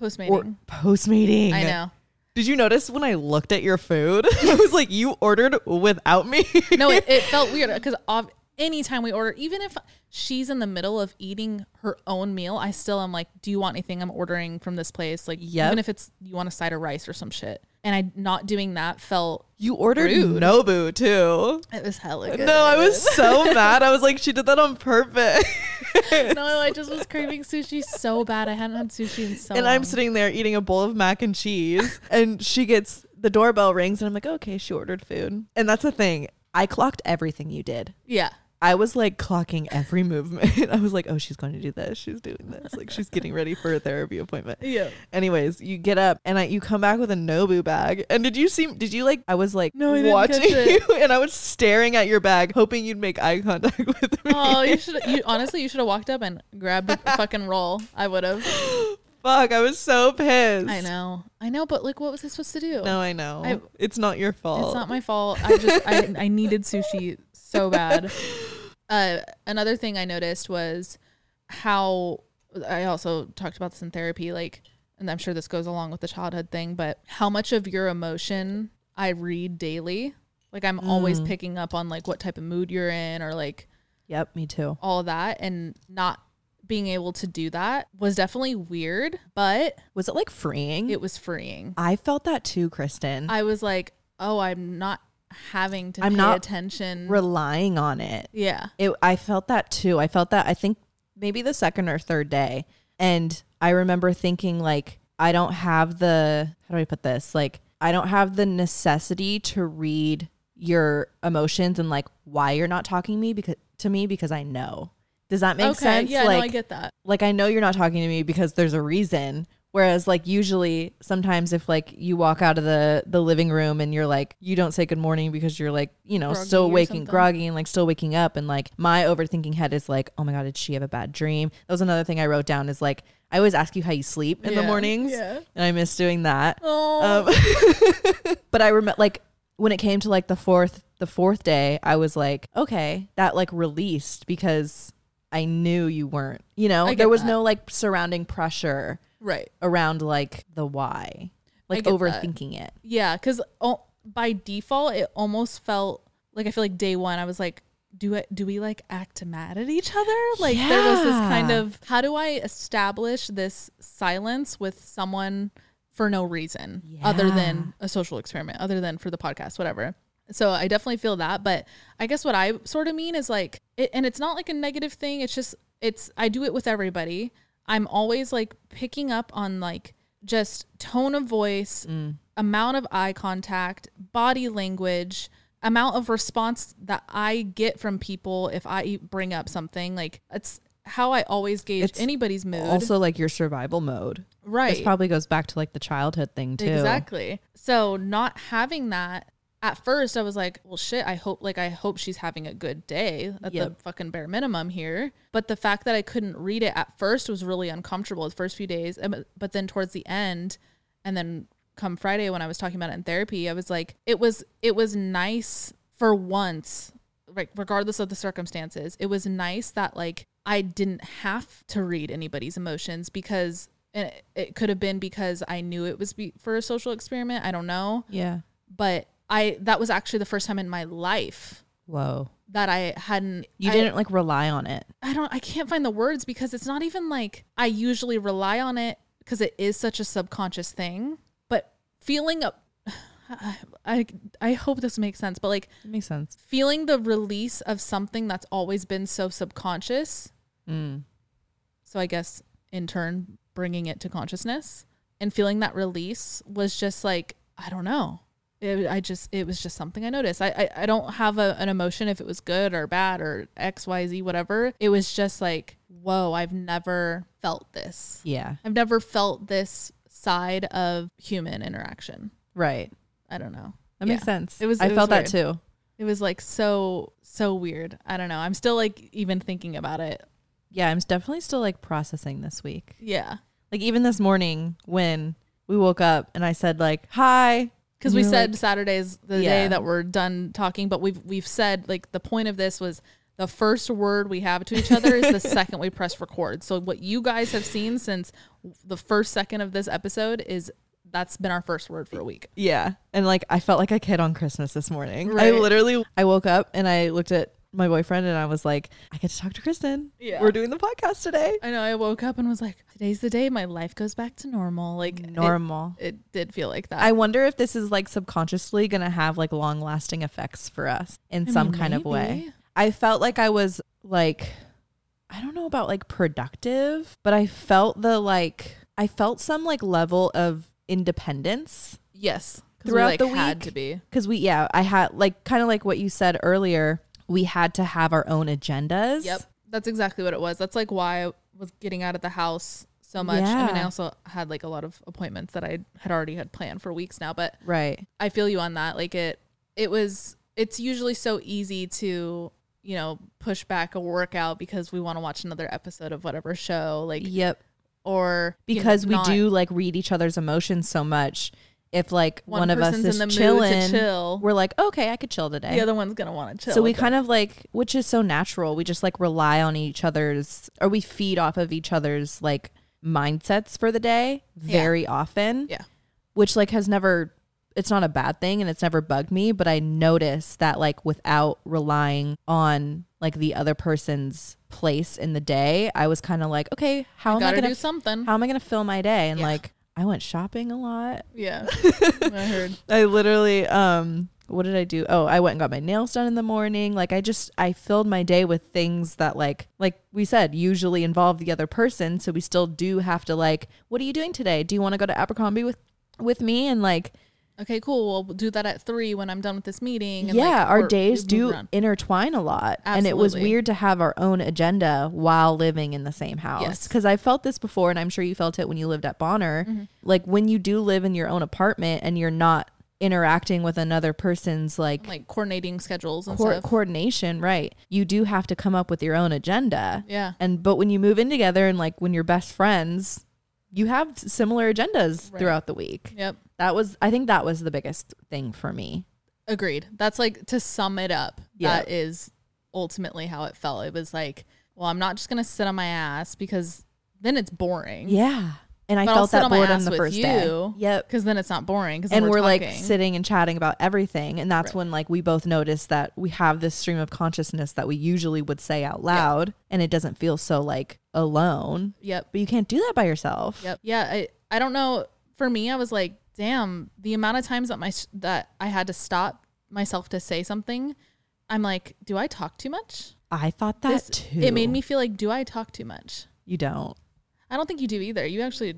Speaker 2: postmating.
Speaker 1: Mm. or post meeting.
Speaker 2: I know.
Speaker 1: Did you notice when I looked at your food? I was like, "You ordered without me."
Speaker 2: no, it, it felt weird because of anytime we order, even if she's in the middle of eating her own meal, I still am like, do you want anything? I'm ordering from this place. Like,
Speaker 1: Yep.
Speaker 2: even if it's you want a side of rice or some shit. And I not doing that felt
Speaker 1: You ordered
Speaker 2: Rude.
Speaker 1: Nobu too.
Speaker 2: it was hella good.
Speaker 1: No, I was so mad. I was like, she did that on purpose.
Speaker 2: no, I just was craving sushi so bad. I hadn't had sushi in so
Speaker 1: and
Speaker 2: long.
Speaker 1: I'm sitting there eating a bowl of mac and cheese, and she gets the doorbell rings, and I'm like, okay, she ordered food. And that's the thing. I clocked everything you did.
Speaker 2: yeah.
Speaker 1: I was like clocking every movement. I was like, oh, she's going to do this. She's doing this. Like she's getting ready for a therapy appointment.
Speaker 2: Yeah.
Speaker 1: Anyways, you get up and I, you come back with a Nobu bag. And did you see? Did you like? I was like
Speaker 2: No, I didn't
Speaker 1: watching
Speaker 2: catch it.
Speaker 1: you, and I was staring at your bag, hoping you'd make eye contact with me.
Speaker 2: Oh, you should. You honestly, you should have walked up and grabbed a fucking roll. I would have.
Speaker 1: Fuck, I was so pissed.
Speaker 2: I know. I know. But like, what was I supposed to do?
Speaker 1: No, I know.
Speaker 2: I-
Speaker 1: it's not your fault.
Speaker 2: It's not my fault. I just I, I needed sushi so bad. Uh, another thing I noticed was how I also talked about this in therapy, like, and I'm sure this goes along with the childhood thing, but how much of your emotion I read daily. Like I'm always
Speaker 1: Mm.
Speaker 2: picking up on like what type of mood you're in or like
Speaker 1: Yep, me too.
Speaker 2: all of that and not being able to do that was definitely weird, but
Speaker 1: Was it like freeing?
Speaker 2: it was freeing.
Speaker 1: I felt that too, Kristen.
Speaker 2: I was like, oh, I'm not having to
Speaker 1: Mm. I'm
Speaker 2: pay
Speaker 1: not
Speaker 2: attention.
Speaker 1: Relying on it.
Speaker 2: yeah.
Speaker 1: it i felt that too i felt that i think maybe the second or third day and i remember thinking like i don't have the how do i put this like i don't have the necessity to read your emotions and like why you're not talking to me because to me because i know does that make
Speaker 2: okay.
Speaker 1: sense
Speaker 2: Yeah,
Speaker 1: like
Speaker 2: no, I get that.
Speaker 1: like I know you're not talking to me because there's a reason. Whereas like usually sometimes if like you walk out of the the living room and you're like you don't say good morning because you're like, you know,
Speaker 2: Groggy
Speaker 1: still
Speaker 2: or
Speaker 1: waking
Speaker 2: something.
Speaker 1: groggy and like still waking up and like my overthinking head is like, "Oh my god, did she have a bad dream?" That was another thing I wrote down is like I always ask you how you sleep in the
Speaker 2: Yeah,
Speaker 1: mornings.
Speaker 2: yeah.
Speaker 1: And I miss doing that. Um,
Speaker 2: Oh,
Speaker 1: But I remember like when it came to like the fourth the fourth day, I was like, okay, that like released because I knew you weren't. You know,
Speaker 2: I get
Speaker 1: there was
Speaker 2: that.
Speaker 1: no like surrounding pressure
Speaker 2: right.
Speaker 1: around like the why, like
Speaker 2: get that.
Speaker 1: overthinking it.
Speaker 2: Yeah, because oh, by default, it almost felt like I feel like day one. I was like, do it? Do we like act mad at each other? Like there was this kind
Speaker 1: Yeah.
Speaker 2: of how do I establish this silence with someone for no reason other
Speaker 1: Yeah.
Speaker 2: than a social experiment, other than for the podcast, whatever. So I definitely feel that. But I guess what I sort of mean is like, it, and it's not like a negative thing. It's just, it's, I do it with everybody. I'm always like picking up on like just tone of voice,
Speaker 1: Mm.
Speaker 2: amount of eye contact, body language, amount of response that I get from people if I bring up something. Like, it's how I always gauge
Speaker 1: It's
Speaker 2: anybody's mood.
Speaker 1: Also, like your survival mode.
Speaker 2: right.
Speaker 1: This probably goes back to like the childhood thing too.
Speaker 2: Exactly. So not having that at first I was like, well shit, I hope like I hope she's having a good day at
Speaker 1: Yep.
Speaker 2: the fucking bare minimum here. But the fact that I couldn't read it at first was really uncomfortable the first few days. And- But then towards the end and then come Friday when I was talking about it in therapy, I was like, it was it was nice for once like regardless of the circumstances it was nice that like i didn't have to read anybody's emotions because and it- it could have been because i knew it was be- for a social experiment i don't know
Speaker 1: Yeah.
Speaker 2: but i that was actually the first time in my life
Speaker 1: Whoa.
Speaker 2: that i hadn't
Speaker 1: You
Speaker 2: I-
Speaker 1: didn't like rely on it.
Speaker 2: I don't I can't find the words because it's not even like I usually rely on it because it is such a subconscious thing. But feeling a I, I I hope this makes sense, but like
Speaker 1: It makes sense.
Speaker 2: feeling the release of something that's always been so subconscious.
Speaker 1: Mm.
Speaker 2: So I guess in turn bringing it to consciousness and feeling that release was just like I don't know. It, I just it was just something I noticed. I I, I don't have a, an emotion if it was good or bad or X Y Z whatever. It was just like whoa, I've never felt this.
Speaker 1: Yeah.
Speaker 2: I've never felt this side of human interaction.
Speaker 1: Right.
Speaker 2: I don't know.
Speaker 1: That
Speaker 2: Yeah.
Speaker 1: makes sense.
Speaker 2: It was-
Speaker 1: I
Speaker 2: it was
Speaker 1: felt that too.
Speaker 2: It was like so so weird. I don't know. I'm still like even thinking about it.
Speaker 1: Yeah, I'm definitely still like processing this week.
Speaker 2: Yeah.
Speaker 1: Like even this morning when we woke up and I said like hi
Speaker 2: Cuz
Speaker 1: and
Speaker 2: we
Speaker 1: you were
Speaker 2: said
Speaker 1: like,
Speaker 2: Saturday's the
Speaker 1: Yeah.
Speaker 2: day that we're done talking, but we've we've said like the point of this was the first word we have to each other is the second we press record. So what you guys have seen since the first second of this episode is that's been our first word for a week.
Speaker 1: yeah, and like I felt like a kid on Christmas this morning.
Speaker 2: Right.
Speaker 1: I literally I woke up and I looked at my boyfriend and I was like I get to talk to Kristen.
Speaker 2: Yeah.
Speaker 1: We're doing the podcast today.
Speaker 2: I know I woke up and was like today's the day my life goes back to normal. Like it-
Speaker 1: Normal.
Speaker 2: It, did feel like that.
Speaker 1: I wonder if this is like subconsciously going to have like long lasting effects for us in
Speaker 2: I
Speaker 1: some
Speaker 2: mean,
Speaker 1: kind of way.
Speaker 2: maybe.
Speaker 1: I felt like I was like, I don't know about like productive, but I felt the like, I felt some like level of independence
Speaker 2: yes. 'Cause we,
Speaker 1: Throughout
Speaker 2: like,
Speaker 1: the
Speaker 2: had
Speaker 1: week-
Speaker 2: to be.
Speaker 1: because we, yeah, I had like kind of like what you said earlier, we had to have our own agendas.
Speaker 2: Yep. That's exactly what it was. That's like why I was getting out of the house so much. I mean, I
Speaker 1: Yeah.
Speaker 2: also had like a lot of appointments that I had already had planned for weeks now, but
Speaker 1: Right.
Speaker 2: I feel you on that. Like it it was it's usually so easy to, you know, push back a workout because we want to watch another episode of whatever show, like
Speaker 1: Yep.
Speaker 2: or you know,
Speaker 1: Because we
Speaker 2: not-
Speaker 1: do like read each other's emotions so much. If like one,
Speaker 2: One
Speaker 1: of us
Speaker 2: person's
Speaker 1: is
Speaker 2: in the mood to
Speaker 1: chilling,
Speaker 2: chill.
Speaker 1: we're like, okay, I could chill today.
Speaker 2: the other one's gonna want to chill.
Speaker 1: So we kind of like, which is so natural. We just like rely on each other's, or we feed off of each other's like mindsets for the day very often.
Speaker 2: Yeah.
Speaker 1: Which like has never, it's not a bad thing and it's never bugged me, but I notice that like without relying on like the other person's place in the day, I was kind of like, okay, how am I
Speaker 2: gotta
Speaker 1: gonna,
Speaker 2: do something.
Speaker 1: how am I gonna fill my day? And
Speaker 2: Yeah.
Speaker 1: like, I went shopping a lot.
Speaker 2: yeah. I heard.
Speaker 1: I literally um what did I do? Oh, I went and got my nails done in the morning. Like I just I filled my day with things that like like we said usually involve the other person, so we still do have to like what are you doing today? Do you want to go to Abercrombie with with me and like
Speaker 2: Okay, cool. Well, we'll do that at three when I'm done with this meeting. and, like,
Speaker 1: yeah, our
Speaker 2: we're-
Speaker 1: days
Speaker 2: we move
Speaker 1: do
Speaker 2: around.
Speaker 1: intertwine a lot. And it was
Speaker 2: Absolutely.
Speaker 1: weird to have our own agenda while living in the same house.
Speaker 2: Yes. Mm-hmm.
Speaker 1: Because I felt this before, and I'm sure you felt it when you lived at Bonner. Like when you do live in your own apartment and you're not interacting with another person's like
Speaker 2: like coordinating schedules and
Speaker 1: Coor-
Speaker 2: stuff.
Speaker 1: coordination, right? You do have to come up with your own agenda.
Speaker 2: Yeah.
Speaker 1: And but when you move in together and like when you're best friends, you have s- similar agendas
Speaker 2: Right.
Speaker 1: throughout the week.
Speaker 2: Yep.
Speaker 1: That was I think that was the biggest thing for me.
Speaker 2: Agreed. That's like to sum it up.
Speaker 1: Yeah.
Speaker 2: That is ultimately how it felt. It was like, well, I'm not just gonna sit on my ass because then it's boring.
Speaker 1: Yeah. And I
Speaker 2: Mm. But I'll
Speaker 1: felt
Speaker 2: sit
Speaker 1: that
Speaker 2: on my
Speaker 1: boredom
Speaker 2: ass
Speaker 1: the
Speaker 2: with
Speaker 1: first day.
Speaker 2: you.
Speaker 1: Yep.
Speaker 2: Because then it's not boring. Because
Speaker 1: And we're, like
Speaker 2: talking.
Speaker 1: sitting and chatting about everything. And that's
Speaker 2: Right.
Speaker 1: when like we both noticed that we have this stream of consciousness that we usually would say out loud and it doesn't feel so like alone.
Speaker 2: Yep.
Speaker 1: But you can't do that by yourself.
Speaker 2: Yep. Yeah. I, I don't know for me, I was like, damn, the amount of times that my that I had to stop myself to say something, I'm like, do I talk too much?
Speaker 1: I thought that
Speaker 2: This-
Speaker 1: too.
Speaker 2: It made me feel like, do I talk too much?
Speaker 1: You don't.
Speaker 2: I don't think you do either. You actually,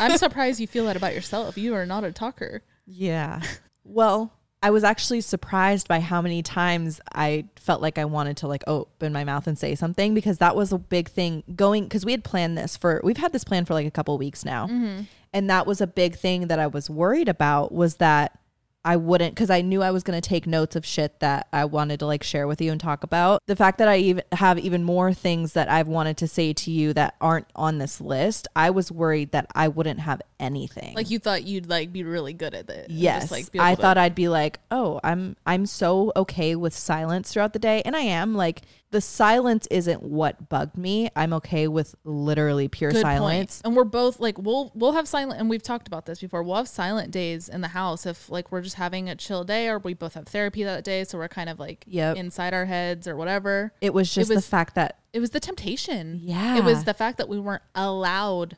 Speaker 2: I'm surprised you feel that about yourself. You are not a talker.
Speaker 1: Yeah. Well, I was actually surprised by how many times I felt like I wanted to like open my mouth and say something because that was a big thing going because we had planned this for we've had this plan for like a couple weeks now. And that was a big thing that I was worried about was that I wouldn't because I knew I was going to take notes of shit that I wanted to like share with you and talk about. The fact that I even have even more things that I've wanted to say to you that aren't on this list, I was worried that I wouldn't have anything.
Speaker 2: Like you thought you'd like be really good at it. and just,
Speaker 1: Yes.
Speaker 2: like, be
Speaker 1: I
Speaker 2: able to-
Speaker 1: thought I'd be like, "Oh, I'm I'm so okay with silence throughout the day." And I am. Like the silence isn't what bugged me. I'm okay with literally pure
Speaker 2: Good point.
Speaker 1: silence.
Speaker 2: And we're both like we'll we'll have silent and we've talked about this before. We'll have silent days in the house if like we're just having a chill day or we both have therapy that day, so we're kind of like
Speaker 1: Yep.
Speaker 2: inside our heads or whatever.
Speaker 1: It was just
Speaker 2: was-
Speaker 1: the fact that
Speaker 2: It was the temptation.
Speaker 1: Yeah.
Speaker 2: It was the fact that we weren't allowed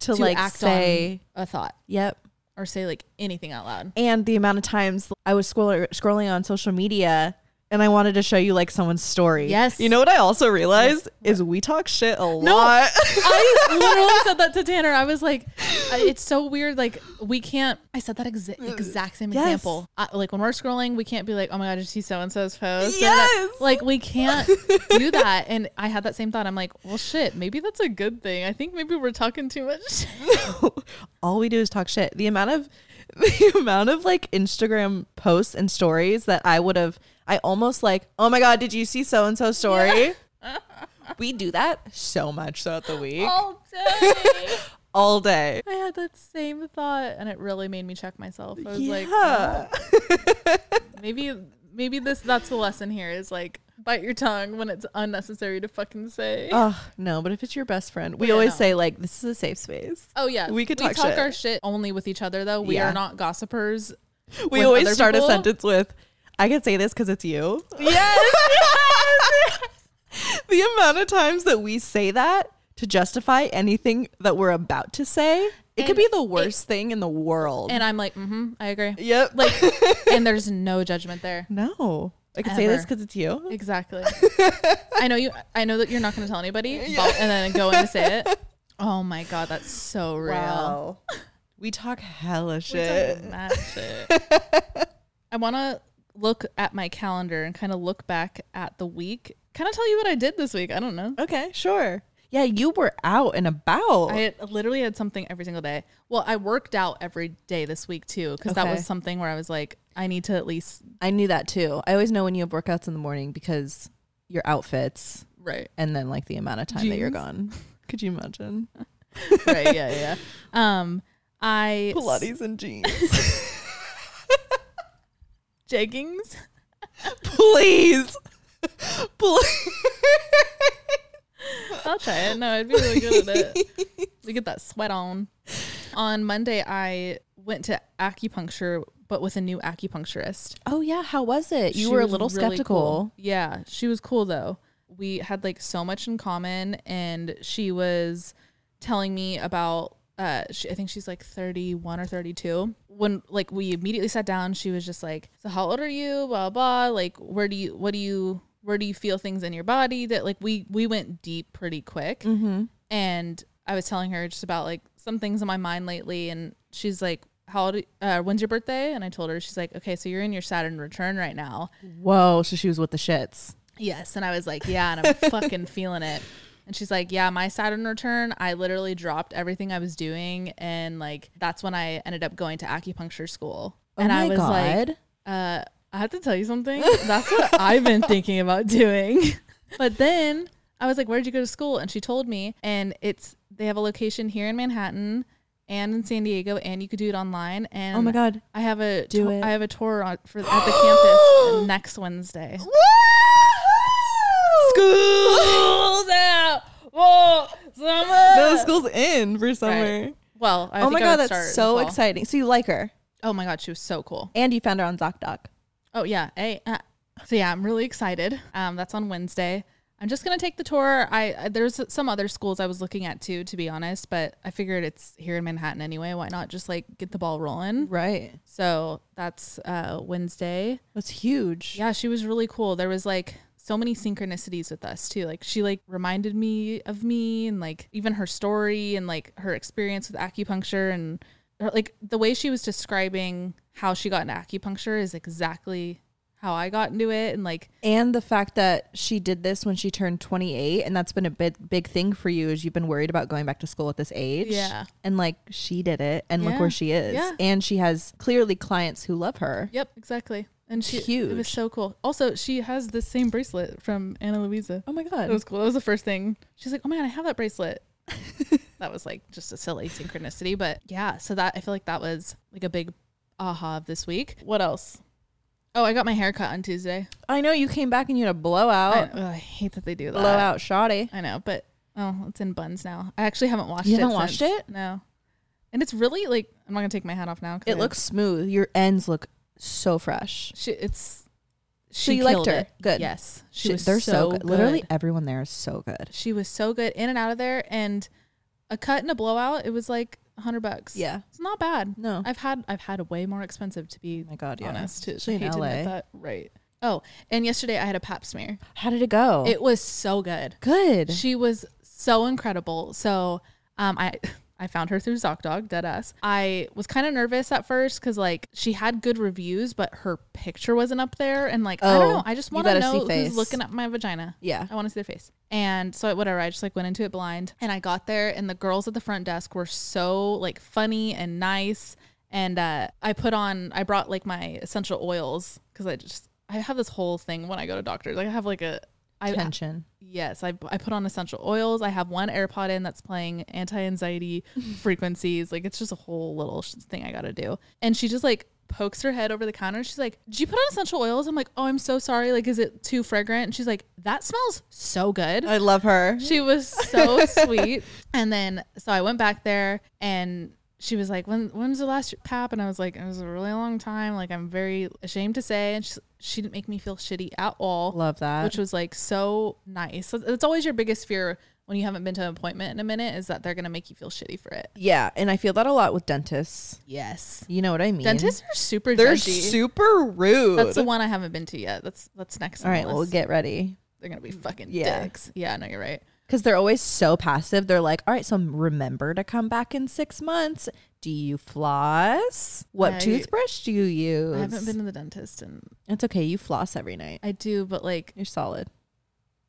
Speaker 1: to,
Speaker 2: to
Speaker 1: like
Speaker 2: act
Speaker 1: say,
Speaker 2: on a thought
Speaker 1: "Yep."
Speaker 2: or say like anything out loud.
Speaker 1: And the amount of times I was scroll- scrolling on social media and I wanted to show you like someone's story.
Speaker 2: Yes.
Speaker 1: You know what I also realized is we talk shit a lot.
Speaker 2: I literally said that to Tanner. I was like, I- it's so weird. Like, we can't. I said that exa- exact same
Speaker 1: Mm. Yes.
Speaker 2: example. I, like, when we're scrolling, we can't be like, oh my God, did you see so and so's post?
Speaker 1: Yes.
Speaker 2: Like, we can't do that. And I had that same thought. I'm like, well, shit, maybe that's a good thing. I think maybe we're talking too much. shit.
Speaker 1: all we do is talk shit. The amount of the amount of like Instagram posts and stories that I would have I almost like, oh my god, did you see so and so story? we do that so much throughout the week.
Speaker 2: All day.
Speaker 1: All day.
Speaker 2: I had that same thought. And it really made me check myself. I was like,
Speaker 1: yeah.
Speaker 2: maybe, maybe this, that's the lesson here is like, bite your tongue when it's unnecessary to fucking say.
Speaker 1: oh no, but if it's your best friend, we
Speaker 2: Yeah,
Speaker 1: always
Speaker 2: no.
Speaker 1: say like this is a safe space.
Speaker 2: Oh yeah,
Speaker 1: We could
Speaker 2: we
Speaker 1: talk
Speaker 2: talk
Speaker 1: shit.
Speaker 2: our shit only with each other though. We
Speaker 1: Yeah.
Speaker 2: are not gossipers.
Speaker 1: We
Speaker 2: With
Speaker 1: always
Speaker 2: other
Speaker 1: start
Speaker 2: people?
Speaker 1: a sentence with, I can say this because it's you.
Speaker 2: Yes.
Speaker 1: the amount of times that we say that to justify anything that we're about to say, it could
Speaker 2: And
Speaker 1: be the worst thing in the world.
Speaker 2: and I'm like, mm-hmm, I agree.
Speaker 1: yep.
Speaker 2: Like, and there's no judgment there.
Speaker 1: no, I could say this
Speaker 2: Ever.
Speaker 1: because it's you.
Speaker 2: Exactly. I know you. I know that you're not going to tell anybody, but- and then go in to say it. Oh my god, that's so real.
Speaker 1: We talk hella
Speaker 2: We talk
Speaker 1: shit.
Speaker 2: mad shit. I want to look at my calendar and kind of look back at the week. Kind of tell you what I did this week. I don't know.
Speaker 1: Okay, sure. Yeah, you were out and about.
Speaker 2: I had, literally had something every single day. Well, I worked out every day this week too, because that
Speaker 1: Okay.
Speaker 2: was something where I was like, I need to at least
Speaker 1: I knew that too. I always know when you have workouts in the morning because your outfits
Speaker 2: right,
Speaker 1: and then like the amount of time that you're
Speaker 2: Jeans.
Speaker 1: gone. Could you imagine?
Speaker 2: right, yeah, yeah. Um, I
Speaker 1: Pilates and jeans.
Speaker 2: jeggings.
Speaker 1: Please. Please.
Speaker 2: I'll try it. No, I'd be really good at it. We get that sweat on. On Monday, I went to acupuncture, but with a new acupuncturist.
Speaker 1: Oh yeah, how was it? You
Speaker 2: She
Speaker 1: were a
Speaker 2: was
Speaker 1: little
Speaker 2: really
Speaker 1: skeptical.
Speaker 2: cool. Yeah, she was cool though. We had like so much in common, and she was telling me about. Uh, she, I think she's like 31 or 32. When like we immediately sat down, she was just like, "So how old are you? Blah blah. Like, where do you? What do you? Where do you feel things in your body? That like we we went deep pretty quick
Speaker 1: Mm-hmm.
Speaker 2: and I was telling her just about like some things in my mind lately, and she's like, "How old? Uh, when's your birthday?" And I told her, she's like, "Okay, so you're in your Saturn return right now."
Speaker 1: Whoa, so she was with the shits.
Speaker 2: Yes, and I was like, "Yeah," and I'm fucking feeling it. And she's like, "Yeah, my Saturn return, I literally dropped everything I was doing, and like that's when I ended up going to acupuncture school."
Speaker 1: Oh
Speaker 2: and I was like, uh, I have to tell you something. That's what I've been thinking about doing. But then I was like, Where'd you go to school? And she told me. And it's they have a location here in Manhattan and in San Diego, and you could do it online. And
Speaker 1: Oh my god.
Speaker 2: I have a
Speaker 1: Do
Speaker 2: to-
Speaker 1: it.
Speaker 2: I have a tour on, for at the campus next Wednesday.
Speaker 1: School's
Speaker 2: out. Whoa, summer.
Speaker 1: No, school's in for summer.
Speaker 2: Well, I
Speaker 1: Oh
Speaker 2: think
Speaker 1: my
Speaker 2: I
Speaker 1: god,
Speaker 2: would start in
Speaker 1: that's
Speaker 2: the
Speaker 1: so
Speaker 2: fall.
Speaker 1: exciting. So you like her.
Speaker 2: Oh my god, she was so cool.
Speaker 1: And you found her on ZocDoc.
Speaker 2: Oh yeah. Hey. Uh, so yeah, I'm really excited. Um, that's on Wednesday. I'm just gonna take the tour. I, I there's some other schools I was looking at too, to be honest, but I figured it's here in Manhattan anyway. Why not just like get the ball rolling?
Speaker 1: Right.
Speaker 2: So that's uh, Wednesday.
Speaker 1: That's huge.
Speaker 2: Yeah, she was really cool. There was like so many synchronicities with us too. Like she like reminded me of me and like even her story and like her experience with acupuncture and or, like the way she was describing how she got into acupuncture is exactly how I got into it and like
Speaker 1: And the fact that she did this when she turned 28 and that's been a big big thing for you is you've been worried about going back to school at this age.
Speaker 2: Yeah.
Speaker 1: And like she did it and
Speaker 2: Yeah.
Speaker 1: look where she is.
Speaker 2: Yeah.
Speaker 1: And she has clearly clients who love her.
Speaker 2: Yep, exactly. And she it
Speaker 1: Huge.
Speaker 2: was so cool. Also, she has the same bracelet from Anna Luisa.
Speaker 1: Oh my
Speaker 2: That
Speaker 1: god.
Speaker 2: was cool. That was the first thing. She's like, "Oh man, I have that bracelet." that was like just a silly synchronicity, but yeah. So that I feel like that was like a big aha of this week. What else? Oh, I got my hair cut on Tuesday.
Speaker 1: I know you came back and you had a
Speaker 2: I,
Speaker 1: blowout.
Speaker 2: ugh, I hate that they do that.
Speaker 1: Oh. Blowout shoddy.
Speaker 2: I know, but oh, it's in buns now. I actually haven't washed
Speaker 1: You
Speaker 2: it.
Speaker 1: haven't washed
Speaker 2: since.
Speaker 1: it?
Speaker 2: No. And it's really like I'm not gonna take my hat off now. 'cause
Speaker 1: It
Speaker 2: I-
Speaker 1: looks smooth. Your ends look so fresh.
Speaker 2: She, it's.
Speaker 1: So
Speaker 2: She
Speaker 1: you liked
Speaker 2: killed
Speaker 1: her.
Speaker 2: It.
Speaker 1: Good.
Speaker 2: Yes. She
Speaker 1: Shit,
Speaker 2: was
Speaker 1: they're so, good. Literally
Speaker 2: good.
Speaker 1: everyone there is so good.
Speaker 2: She was so good in and out of there, and a cut and a blowout. It was like a hundred bucks.
Speaker 1: Yeah.
Speaker 2: It's not bad.
Speaker 1: No.
Speaker 2: I've had I've had a way more expensive to be
Speaker 1: Oh my god, yeah.
Speaker 2: honest. To,
Speaker 1: Especially in
Speaker 2: hate to admit
Speaker 1: LA.
Speaker 2: that. Right. Oh, and yesterday I had a pap smear.
Speaker 1: How did it go?
Speaker 2: It was so good.
Speaker 1: good.
Speaker 2: She was so incredible. So um, I I found her through Zocdoc, dead ass. I was kind of nervous at first because like she had good reviews, but her picture wasn't up there, and like I don't
Speaker 1: Oh,
Speaker 2: know. I just
Speaker 1: you
Speaker 2: want to
Speaker 1: gotta see
Speaker 2: know
Speaker 1: face.
Speaker 2: who's looking at my vagina.
Speaker 1: yeah.
Speaker 2: I want to see their face. And so whatever, I just like went into it blind, and I got there, and the girls at the front desk were so like funny and nice. And uh, I put on, I brought like my essential oils because I just I have this whole thing when I go to doctors. Like I have like a I
Speaker 1: Tension.
Speaker 2: Yes, I, I put on essential oils. I have one AirPod in that's playing anti anxiety frequencies. Like, it's just a whole little sh- thing I got to do. And she just like pokes her head over the counter. She's like, Did you put on essential oils? I'm like, Oh, I'm so sorry. Like, is it too fragrant? And she's like, That smells so good.
Speaker 1: I love her.
Speaker 2: She was so sweet. And then so I went back there and she was like, "When when was the last pap?" And I was like, "It was a really long time. Like I'm very ashamed to say." And she, she didn't make me feel shitty at all
Speaker 1: Love that.
Speaker 2: which was like so nice. So That's always your biggest fear when you haven't been to an appointment in a minute is that they're gonna make you feel shitty for it.
Speaker 1: yeah, and I feel that a lot with dentists.
Speaker 2: Yes,
Speaker 1: You know what I mean?
Speaker 2: dentists are super
Speaker 1: They're
Speaker 2: judgy.
Speaker 1: super rude.
Speaker 2: That's the one I haven't been to yet. That's that's next.
Speaker 1: All
Speaker 2: on the
Speaker 1: right, well,
Speaker 2: list.
Speaker 1: get ready.
Speaker 2: they're gonna be fucking
Speaker 1: Yeah.
Speaker 2: dicks. Yeah, no, you're right.
Speaker 1: Because they're always so passive. They're like, all right, so remember to come back in six months. Do you floss? What
Speaker 2: I-
Speaker 1: toothbrush do you use?
Speaker 2: I haven't been to the dentist and
Speaker 1: It's okay. You floss every night.
Speaker 2: I do, but like
Speaker 1: You're solid.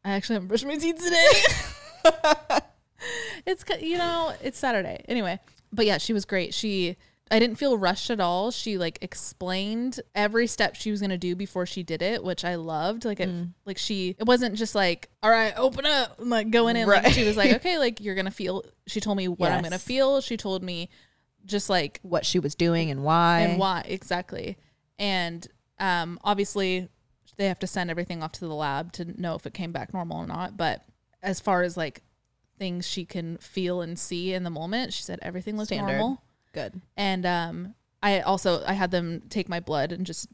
Speaker 2: I actually haven't brushed my teeth today. it's ca- you know it's Saturday anyway. But yeah, she was great. She I didn't feel rushed at all. She like explained every step she was gonna do before she did it, which I loved. Like it like she it wasn't just like all right, open up, and, like going in. Like she was like okay, like you're gonna feel. She told me what I'm
Speaker 1: Yes.
Speaker 2: gonna feel. She told me just like
Speaker 1: What she was doing and why.
Speaker 2: and why exactly and um obviously they have to send everything off to the lab to know if it came back normal or not but as far as like things she can feel and see in the moment she said everything looked
Speaker 1: Standard.
Speaker 2: normal
Speaker 1: Good.
Speaker 2: and um i also i had them take my blood and just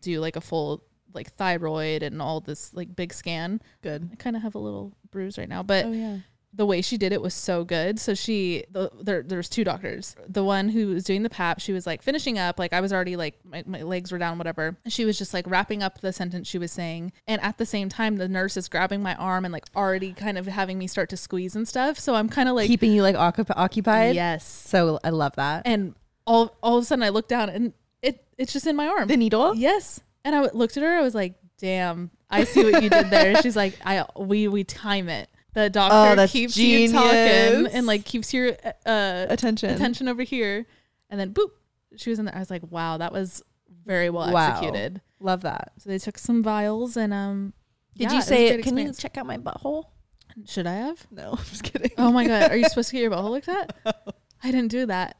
Speaker 2: do like a full like thyroid and all this like big scan
Speaker 1: Good.
Speaker 2: i kind of have a little bruise right now but
Speaker 1: yeah.
Speaker 2: the way she did it was so good. So she, the, there, there was two doctors. The one who was doing the pap, she was like finishing up. Like I was already like my, my legs were down, whatever. And she was just like wrapping up the sentence she was saying. And at the same time, the nurse is grabbing my arm and like already kind of having me start to squeeze and stuff. So I'm kind of like,
Speaker 1: Keeping you like occup- occupied.
Speaker 2: yes.
Speaker 1: So I love that.
Speaker 2: And all, all of a sudden, I looked down and it, it's just in my arm.
Speaker 1: the needle?
Speaker 2: Yes. And I w- looked at her. I was like, damn, I see what you did there. She's like, I we we time it. The
Speaker 1: Oh,
Speaker 2: doctor
Speaker 1: that's
Speaker 2: keeps you talking
Speaker 1: genius.
Speaker 2: and like keeps your uh,
Speaker 1: Attention.
Speaker 2: attention over here, and then boop, she was in there. I was like, wow, that was very well
Speaker 1: Wow.
Speaker 2: executed.
Speaker 1: Love that.
Speaker 2: So they took some vials and um.
Speaker 1: Did
Speaker 2: yeah,
Speaker 1: you
Speaker 2: was a
Speaker 1: say,
Speaker 2: great
Speaker 1: can you
Speaker 2: experience."
Speaker 1: check out my butthole?
Speaker 2: Should I have?
Speaker 1: No, I'm just kidding.
Speaker 2: Oh my god, are you supposed to get your butthole looked at? I didn't do that.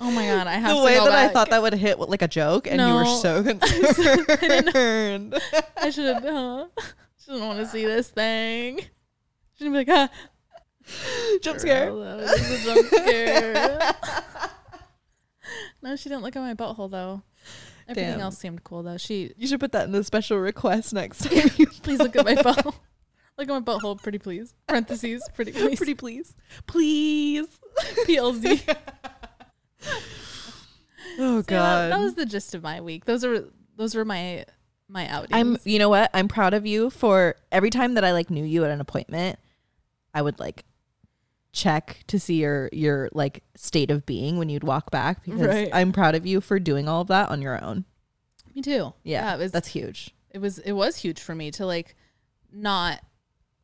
Speaker 2: Oh my god, I have
Speaker 1: the
Speaker 2: to
Speaker 1: way
Speaker 2: go
Speaker 1: that I
Speaker 2: back.
Speaker 1: thought that would hit like a joke, and you were
Speaker 2: No.
Speaker 1: so concerned.
Speaker 2: I should have. Huh? She didn't want to see this thing. She didn't be like, ah,
Speaker 1: Jump scare.
Speaker 2: Girl, Oh, that was a jump scare. no, she didn't look at my butthole though. Everything
Speaker 1: Damn.
Speaker 2: else seemed cool though. She
Speaker 1: You should put that in the special request next time. you-
Speaker 2: please look at my butthole. Look at my butthole, pretty please. Parentheses, pretty please.
Speaker 1: Pretty please. Please.
Speaker 2: PLZ.
Speaker 1: Oh
Speaker 2: So yeah,
Speaker 1: god.
Speaker 2: that, that was the gist of my week. Those are those were my my outings.
Speaker 1: I'm you know what? I'm proud of you for every time that I like knew you at an appointment, I would like check to see your your like state of being when you'd walk back because
Speaker 2: Right.
Speaker 1: I'm proud of you for doing all of that on your own.
Speaker 2: me too.
Speaker 1: Yeah.
Speaker 2: it was,
Speaker 1: that's huge.
Speaker 2: it was it was huge for me to like not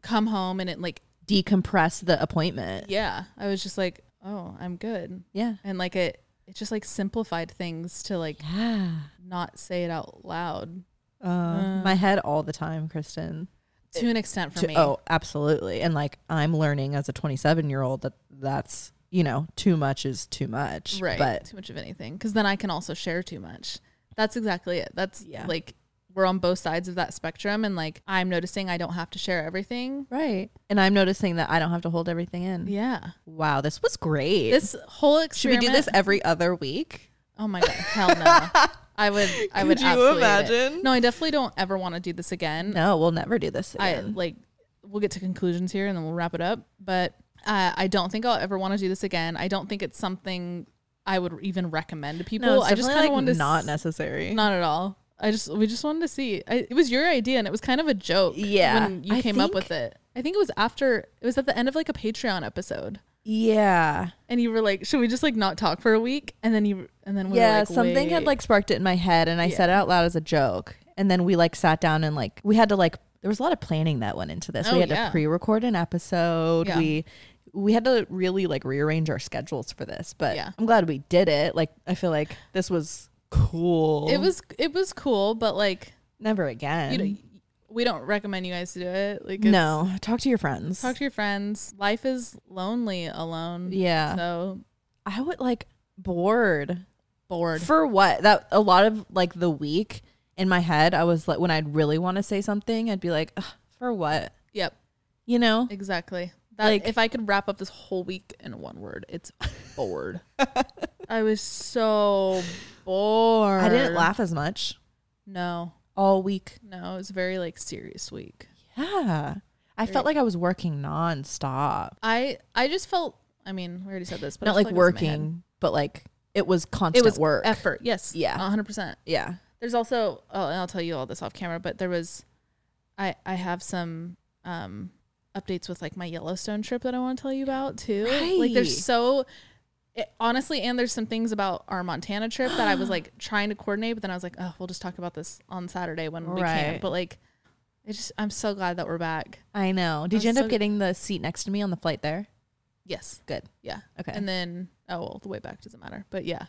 Speaker 2: come home and it like
Speaker 1: Decompress the appointment.
Speaker 2: yeah. I was just like oh I'm good
Speaker 1: Yeah.
Speaker 2: and like it it just like simplified things to like
Speaker 1: Yeah.
Speaker 2: not say it out loud
Speaker 1: Uh, my head all the time, Kristen.
Speaker 2: to an extent Mm. for
Speaker 1: To-
Speaker 2: me.
Speaker 1: oh, absolutely. And like I'm learning as a 27 year old that that's you know too much is too much.
Speaker 2: right.
Speaker 1: But
Speaker 2: too much of anything because then I can also share too much. That's exactly it. That's
Speaker 1: Yeah.
Speaker 2: like we're on both sides of that spectrum and like I'm noticing I don't have to share everything.
Speaker 1: right. And I'm noticing that I don't have to hold everything in.
Speaker 2: Yeah.
Speaker 1: Wow, this was great.
Speaker 2: This whole
Speaker 1: Should we
Speaker 2: experiment.
Speaker 1: do this every other week?
Speaker 2: Oh my god, hell no! I would, I would
Speaker 1: Could you
Speaker 2: absolutely hate it.
Speaker 1: imagine?
Speaker 2: No, I definitely don't ever want to do this again.
Speaker 1: No, we'll never do this
Speaker 2: I
Speaker 1: again.
Speaker 2: like, we'll get to conclusions here and then we'll wrap it up. But uh, I don't think I'll ever want to do this again. I don't think it's something I would even recommend to people.
Speaker 1: no, it's
Speaker 2: I just kind
Speaker 1: definitely,
Speaker 2: of wanted
Speaker 1: like,
Speaker 2: to
Speaker 1: not
Speaker 2: s-
Speaker 1: necessary.
Speaker 2: not at all. I just we just wanted to see. I, it was your idea and it was kind of a joke.
Speaker 1: Yeah.
Speaker 2: when you
Speaker 1: I
Speaker 2: came up
Speaker 1: think-
Speaker 2: with it. I think it was after it was at the end of like a Patreon episode.
Speaker 1: yeah,
Speaker 2: And you were like, should we just like not talk for a week? And then you and then we were
Speaker 1: yeah.
Speaker 2: like,
Speaker 1: something had
Speaker 2: wait.
Speaker 1: like sparked it in my head, and I said it out loud as a joke. And then we like sat down and like we had to like there was a lot of planning that went into this.
Speaker 2: Oh,
Speaker 1: we had
Speaker 2: yeah.
Speaker 1: to pre-record an episode.
Speaker 2: Yeah.
Speaker 1: We we had to really like rearrange our schedules for this. But
Speaker 2: Yeah.
Speaker 1: I'm glad we did it. Like I feel like this was cool.
Speaker 2: It was it was cool, but like
Speaker 1: never again.
Speaker 2: you know, we don't recommend you guys to do it. Like it's-
Speaker 1: no, talk to your friends.
Speaker 2: talk to your friends. Life is lonely alone.
Speaker 1: yeah.
Speaker 2: So
Speaker 1: I would like bored.
Speaker 2: bored.
Speaker 1: For what? That a lot of like the week in my head, I was like when I'd really want to say something, I'd be like, "Ugh, for what?
Speaker 2: Yep,
Speaker 1: You know?
Speaker 2: exactly. That
Speaker 1: Like-
Speaker 2: if I could wrap up this whole week in one word, it's bored. I was so bored.
Speaker 1: I didn't laugh as much
Speaker 2: No,
Speaker 1: all week.
Speaker 2: no, it was a very like serious week.
Speaker 1: Yeah. I felt like I was working nonstop.
Speaker 2: I I just felt. I mean, we already said this, but I
Speaker 1: Not
Speaker 2: just
Speaker 1: like
Speaker 2: felt it was in my head.
Speaker 1: working, but like it was constant
Speaker 2: It was
Speaker 1: work.
Speaker 2: effort. Yes.
Speaker 1: Yeah.
Speaker 2: hundred percent.
Speaker 1: yeah.
Speaker 2: there's also oh, and I'll tell you all this off camera, but there was I I have some um updates with like my Yellowstone trip that I want to tell you about too. Like
Speaker 1: Right.
Speaker 2: there's so it, honestly, and there's some things about our Montana trip that I was like trying to coordinate, but then I was like, oh, we'll just talk about this on Saturday when we can.
Speaker 1: Right.
Speaker 2: But like, I just I'm so glad that we're back.
Speaker 1: I know. Did
Speaker 2: I'm
Speaker 1: you end
Speaker 2: so-
Speaker 1: up getting the seat next to me on the flight there?
Speaker 2: Yes.
Speaker 1: Good.
Speaker 2: Yeah.
Speaker 1: Okay.
Speaker 2: And then oh well, the way back doesn't matter. But yeah,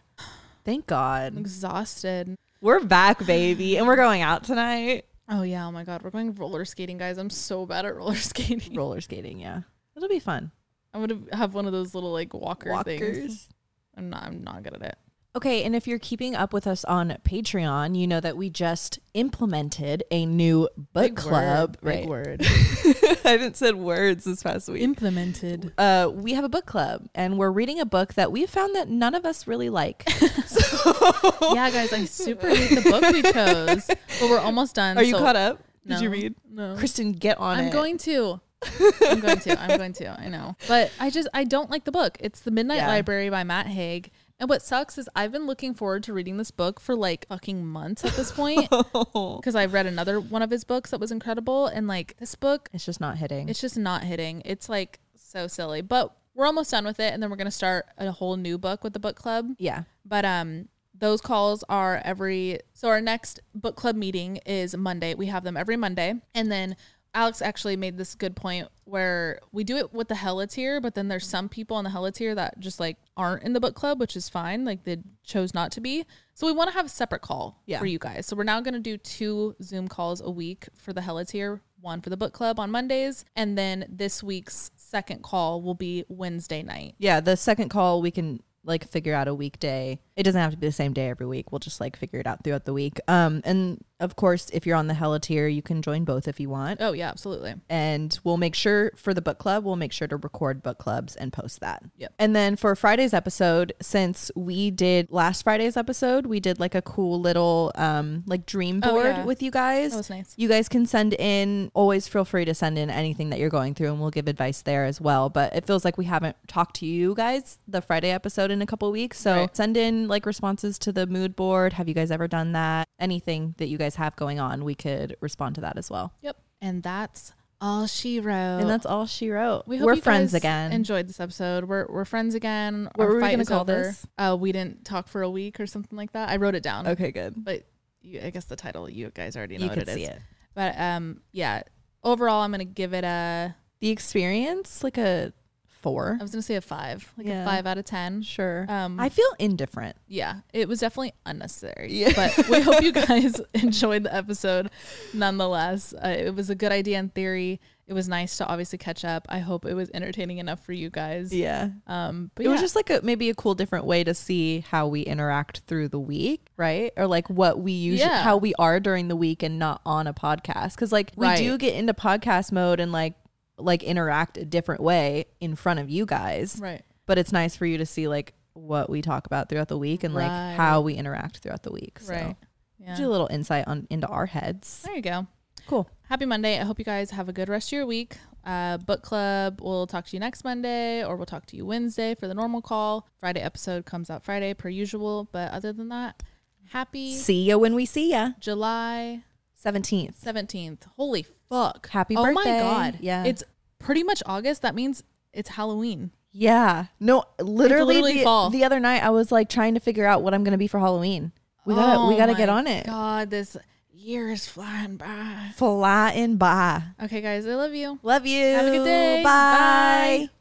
Speaker 1: Thank
Speaker 2: I'm
Speaker 1: God.
Speaker 2: exhausted.
Speaker 1: We're back, baby. And we're going out tonight.
Speaker 2: Oh yeah. Oh my God, we're going roller skating, guys. I'm so bad at roller skating.
Speaker 1: Roller skating, yeah. It'll be fun.
Speaker 2: I'm gonna have one of those little like walker things. I'm not. I'm not good at it.
Speaker 1: Okay, and if you're keeping up with us on Patreon, you know that we just implemented a new book club.
Speaker 2: Word, Big word.
Speaker 1: I haven't said words this past week.
Speaker 2: Implemented.
Speaker 1: uh, we have a book club, and we're reading a book that we found that none of us really like. so,
Speaker 2: Yeah, guys. I super hate the book we chose, but we're almost done.
Speaker 1: are you
Speaker 2: so-
Speaker 1: caught up?
Speaker 2: No,
Speaker 1: Did you read?
Speaker 2: No.
Speaker 1: Kristen, get on
Speaker 2: I'm
Speaker 1: it.
Speaker 2: going to. I'm going to. I'm going to. I know. But I just I don't like the book. It's The Midnight
Speaker 1: Yeah.
Speaker 2: Library by Matt Haig. And what sucks is I've been looking forward to reading this book for like fucking months at this point
Speaker 1: Oh.
Speaker 2: because I read another one of his books that was incredible and like this book
Speaker 1: It's just not hitting.
Speaker 2: It's just not hitting. It's like so silly. But we're almost done with it and then we're going to start a whole new book with the book club.
Speaker 1: yeah.
Speaker 2: But um those calls are every so our next book club meeting is Monday. We have them every Monday. And then Alex actually made this good point where we do it with the hella tier, but then there's some people on the hella tier that just like aren't in the book club, which is fine. Like they chose not to be. So we want to have a separate call
Speaker 1: Yeah.
Speaker 2: for you guys. So we're now going to do two Zoom calls a week for the hella tier, one for the book club on Mondays, and then this week's second call will be Wednesday night.
Speaker 1: Yeah, the second call we can like figure out a weekday. It doesn't have to be the same day every week. We'll just like figure it out throughout the week. Um and Of course, if you're on the Hella tier, you can join both if you want.
Speaker 2: Oh yeah, absolutely.
Speaker 1: And we'll make sure for the book club, we'll make sure to record book clubs and post that.
Speaker 2: Yep.
Speaker 1: And then for Friday's episode, since we did last Friday's episode, we did like a cool little um like dream
Speaker 2: Oh,
Speaker 1: board
Speaker 2: yeah.
Speaker 1: with you guys.
Speaker 2: That was nice.
Speaker 1: You guys can send in, always feel free to send in anything that you're going through, and we'll give advice there as well. But it feels like we haven't talked to you guys the Friday episode in a couple weeks. So
Speaker 2: Right.
Speaker 1: send in like responses to the mood board. Have you guys ever done that? Anything that you guys have going on, we could respond to that as well.
Speaker 2: Yep. And that's all she wrote.
Speaker 1: And that's all she wrote.
Speaker 2: Oh. we hope
Speaker 1: are
Speaker 2: you
Speaker 1: friends
Speaker 2: guys
Speaker 1: again.
Speaker 2: Enjoyed this episode. We're we're friends again.
Speaker 1: What
Speaker 2: Our
Speaker 1: were we
Speaker 2: fight
Speaker 1: gonna
Speaker 2: is
Speaker 1: call
Speaker 2: over.
Speaker 1: this?
Speaker 2: Uh, we didn't talk for a week or something like that. I wrote it down.
Speaker 1: okay, good.
Speaker 2: But you, I guess the title you guys already know
Speaker 1: You
Speaker 2: what
Speaker 1: can
Speaker 2: it is.
Speaker 1: see it.
Speaker 2: But um, yeah. Overall, I'm gonna give it a.
Speaker 1: The experience, like a four.
Speaker 2: I was gonna say a five, like
Speaker 1: Yeah.
Speaker 2: a five out of ten.
Speaker 1: Sure.
Speaker 2: Um,
Speaker 1: I feel indifferent.
Speaker 2: yeah, it was definitely unnecessary.
Speaker 1: Yeah.
Speaker 2: But we hope you guys enjoyed the episode nonetheless. Uh, it was a good idea in theory. It was nice to obviously catch up. I hope it was entertaining enough for you guys.
Speaker 1: Yeah.
Speaker 2: Um, but
Speaker 1: it
Speaker 2: yeah,
Speaker 1: was just like a maybe a cool different way to see how we interact through the week right or like what we usually
Speaker 2: Yeah.
Speaker 1: how we are during the week and not on a podcast because like we
Speaker 2: Right.
Speaker 1: do get into podcast mode and like like interact a different way in front of you guys
Speaker 2: right.
Speaker 1: but it's nice for you to see like what we talk about throughout the week and
Speaker 2: Right.
Speaker 1: like how we interact throughout the week so
Speaker 2: Right.
Speaker 1: gives
Speaker 2: Yeah.
Speaker 1: you a little insight on into our heads
Speaker 2: There you go.
Speaker 1: cool
Speaker 2: Happy Monday. I hope you guys have a good rest of your week. Uh, book club, we'll talk to you next Monday or we'll talk to you Wednesday for the normal call. Friday episode comes out Friday per usual. But other than that, happy
Speaker 1: see ya when we see ya
Speaker 2: July
Speaker 1: 17th
Speaker 2: 17th. Holy fuck.
Speaker 1: Happy
Speaker 2: oh
Speaker 1: birthday.
Speaker 2: my God.
Speaker 1: Yeah.
Speaker 2: It's pretty much August. That means it's Halloween.
Speaker 1: Yeah. No, literally,
Speaker 2: literally
Speaker 1: the,
Speaker 2: fall.
Speaker 1: the other night I was like trying to figure out what I'm going to be for Halloween. We got to
Speaker 2: Oh
Speaker 1: we got to
Speaker 2: my
Speaker 1: get on it.
Speaker 2: God, this year is flying by.
Speaker 1: Flying by.
Speaker 2: Okay, guys, I love you.
Speaker 1: Love you.
Speaker 2: Have a good day.
Speaker 1: Bye.
Speaker 2: Bye.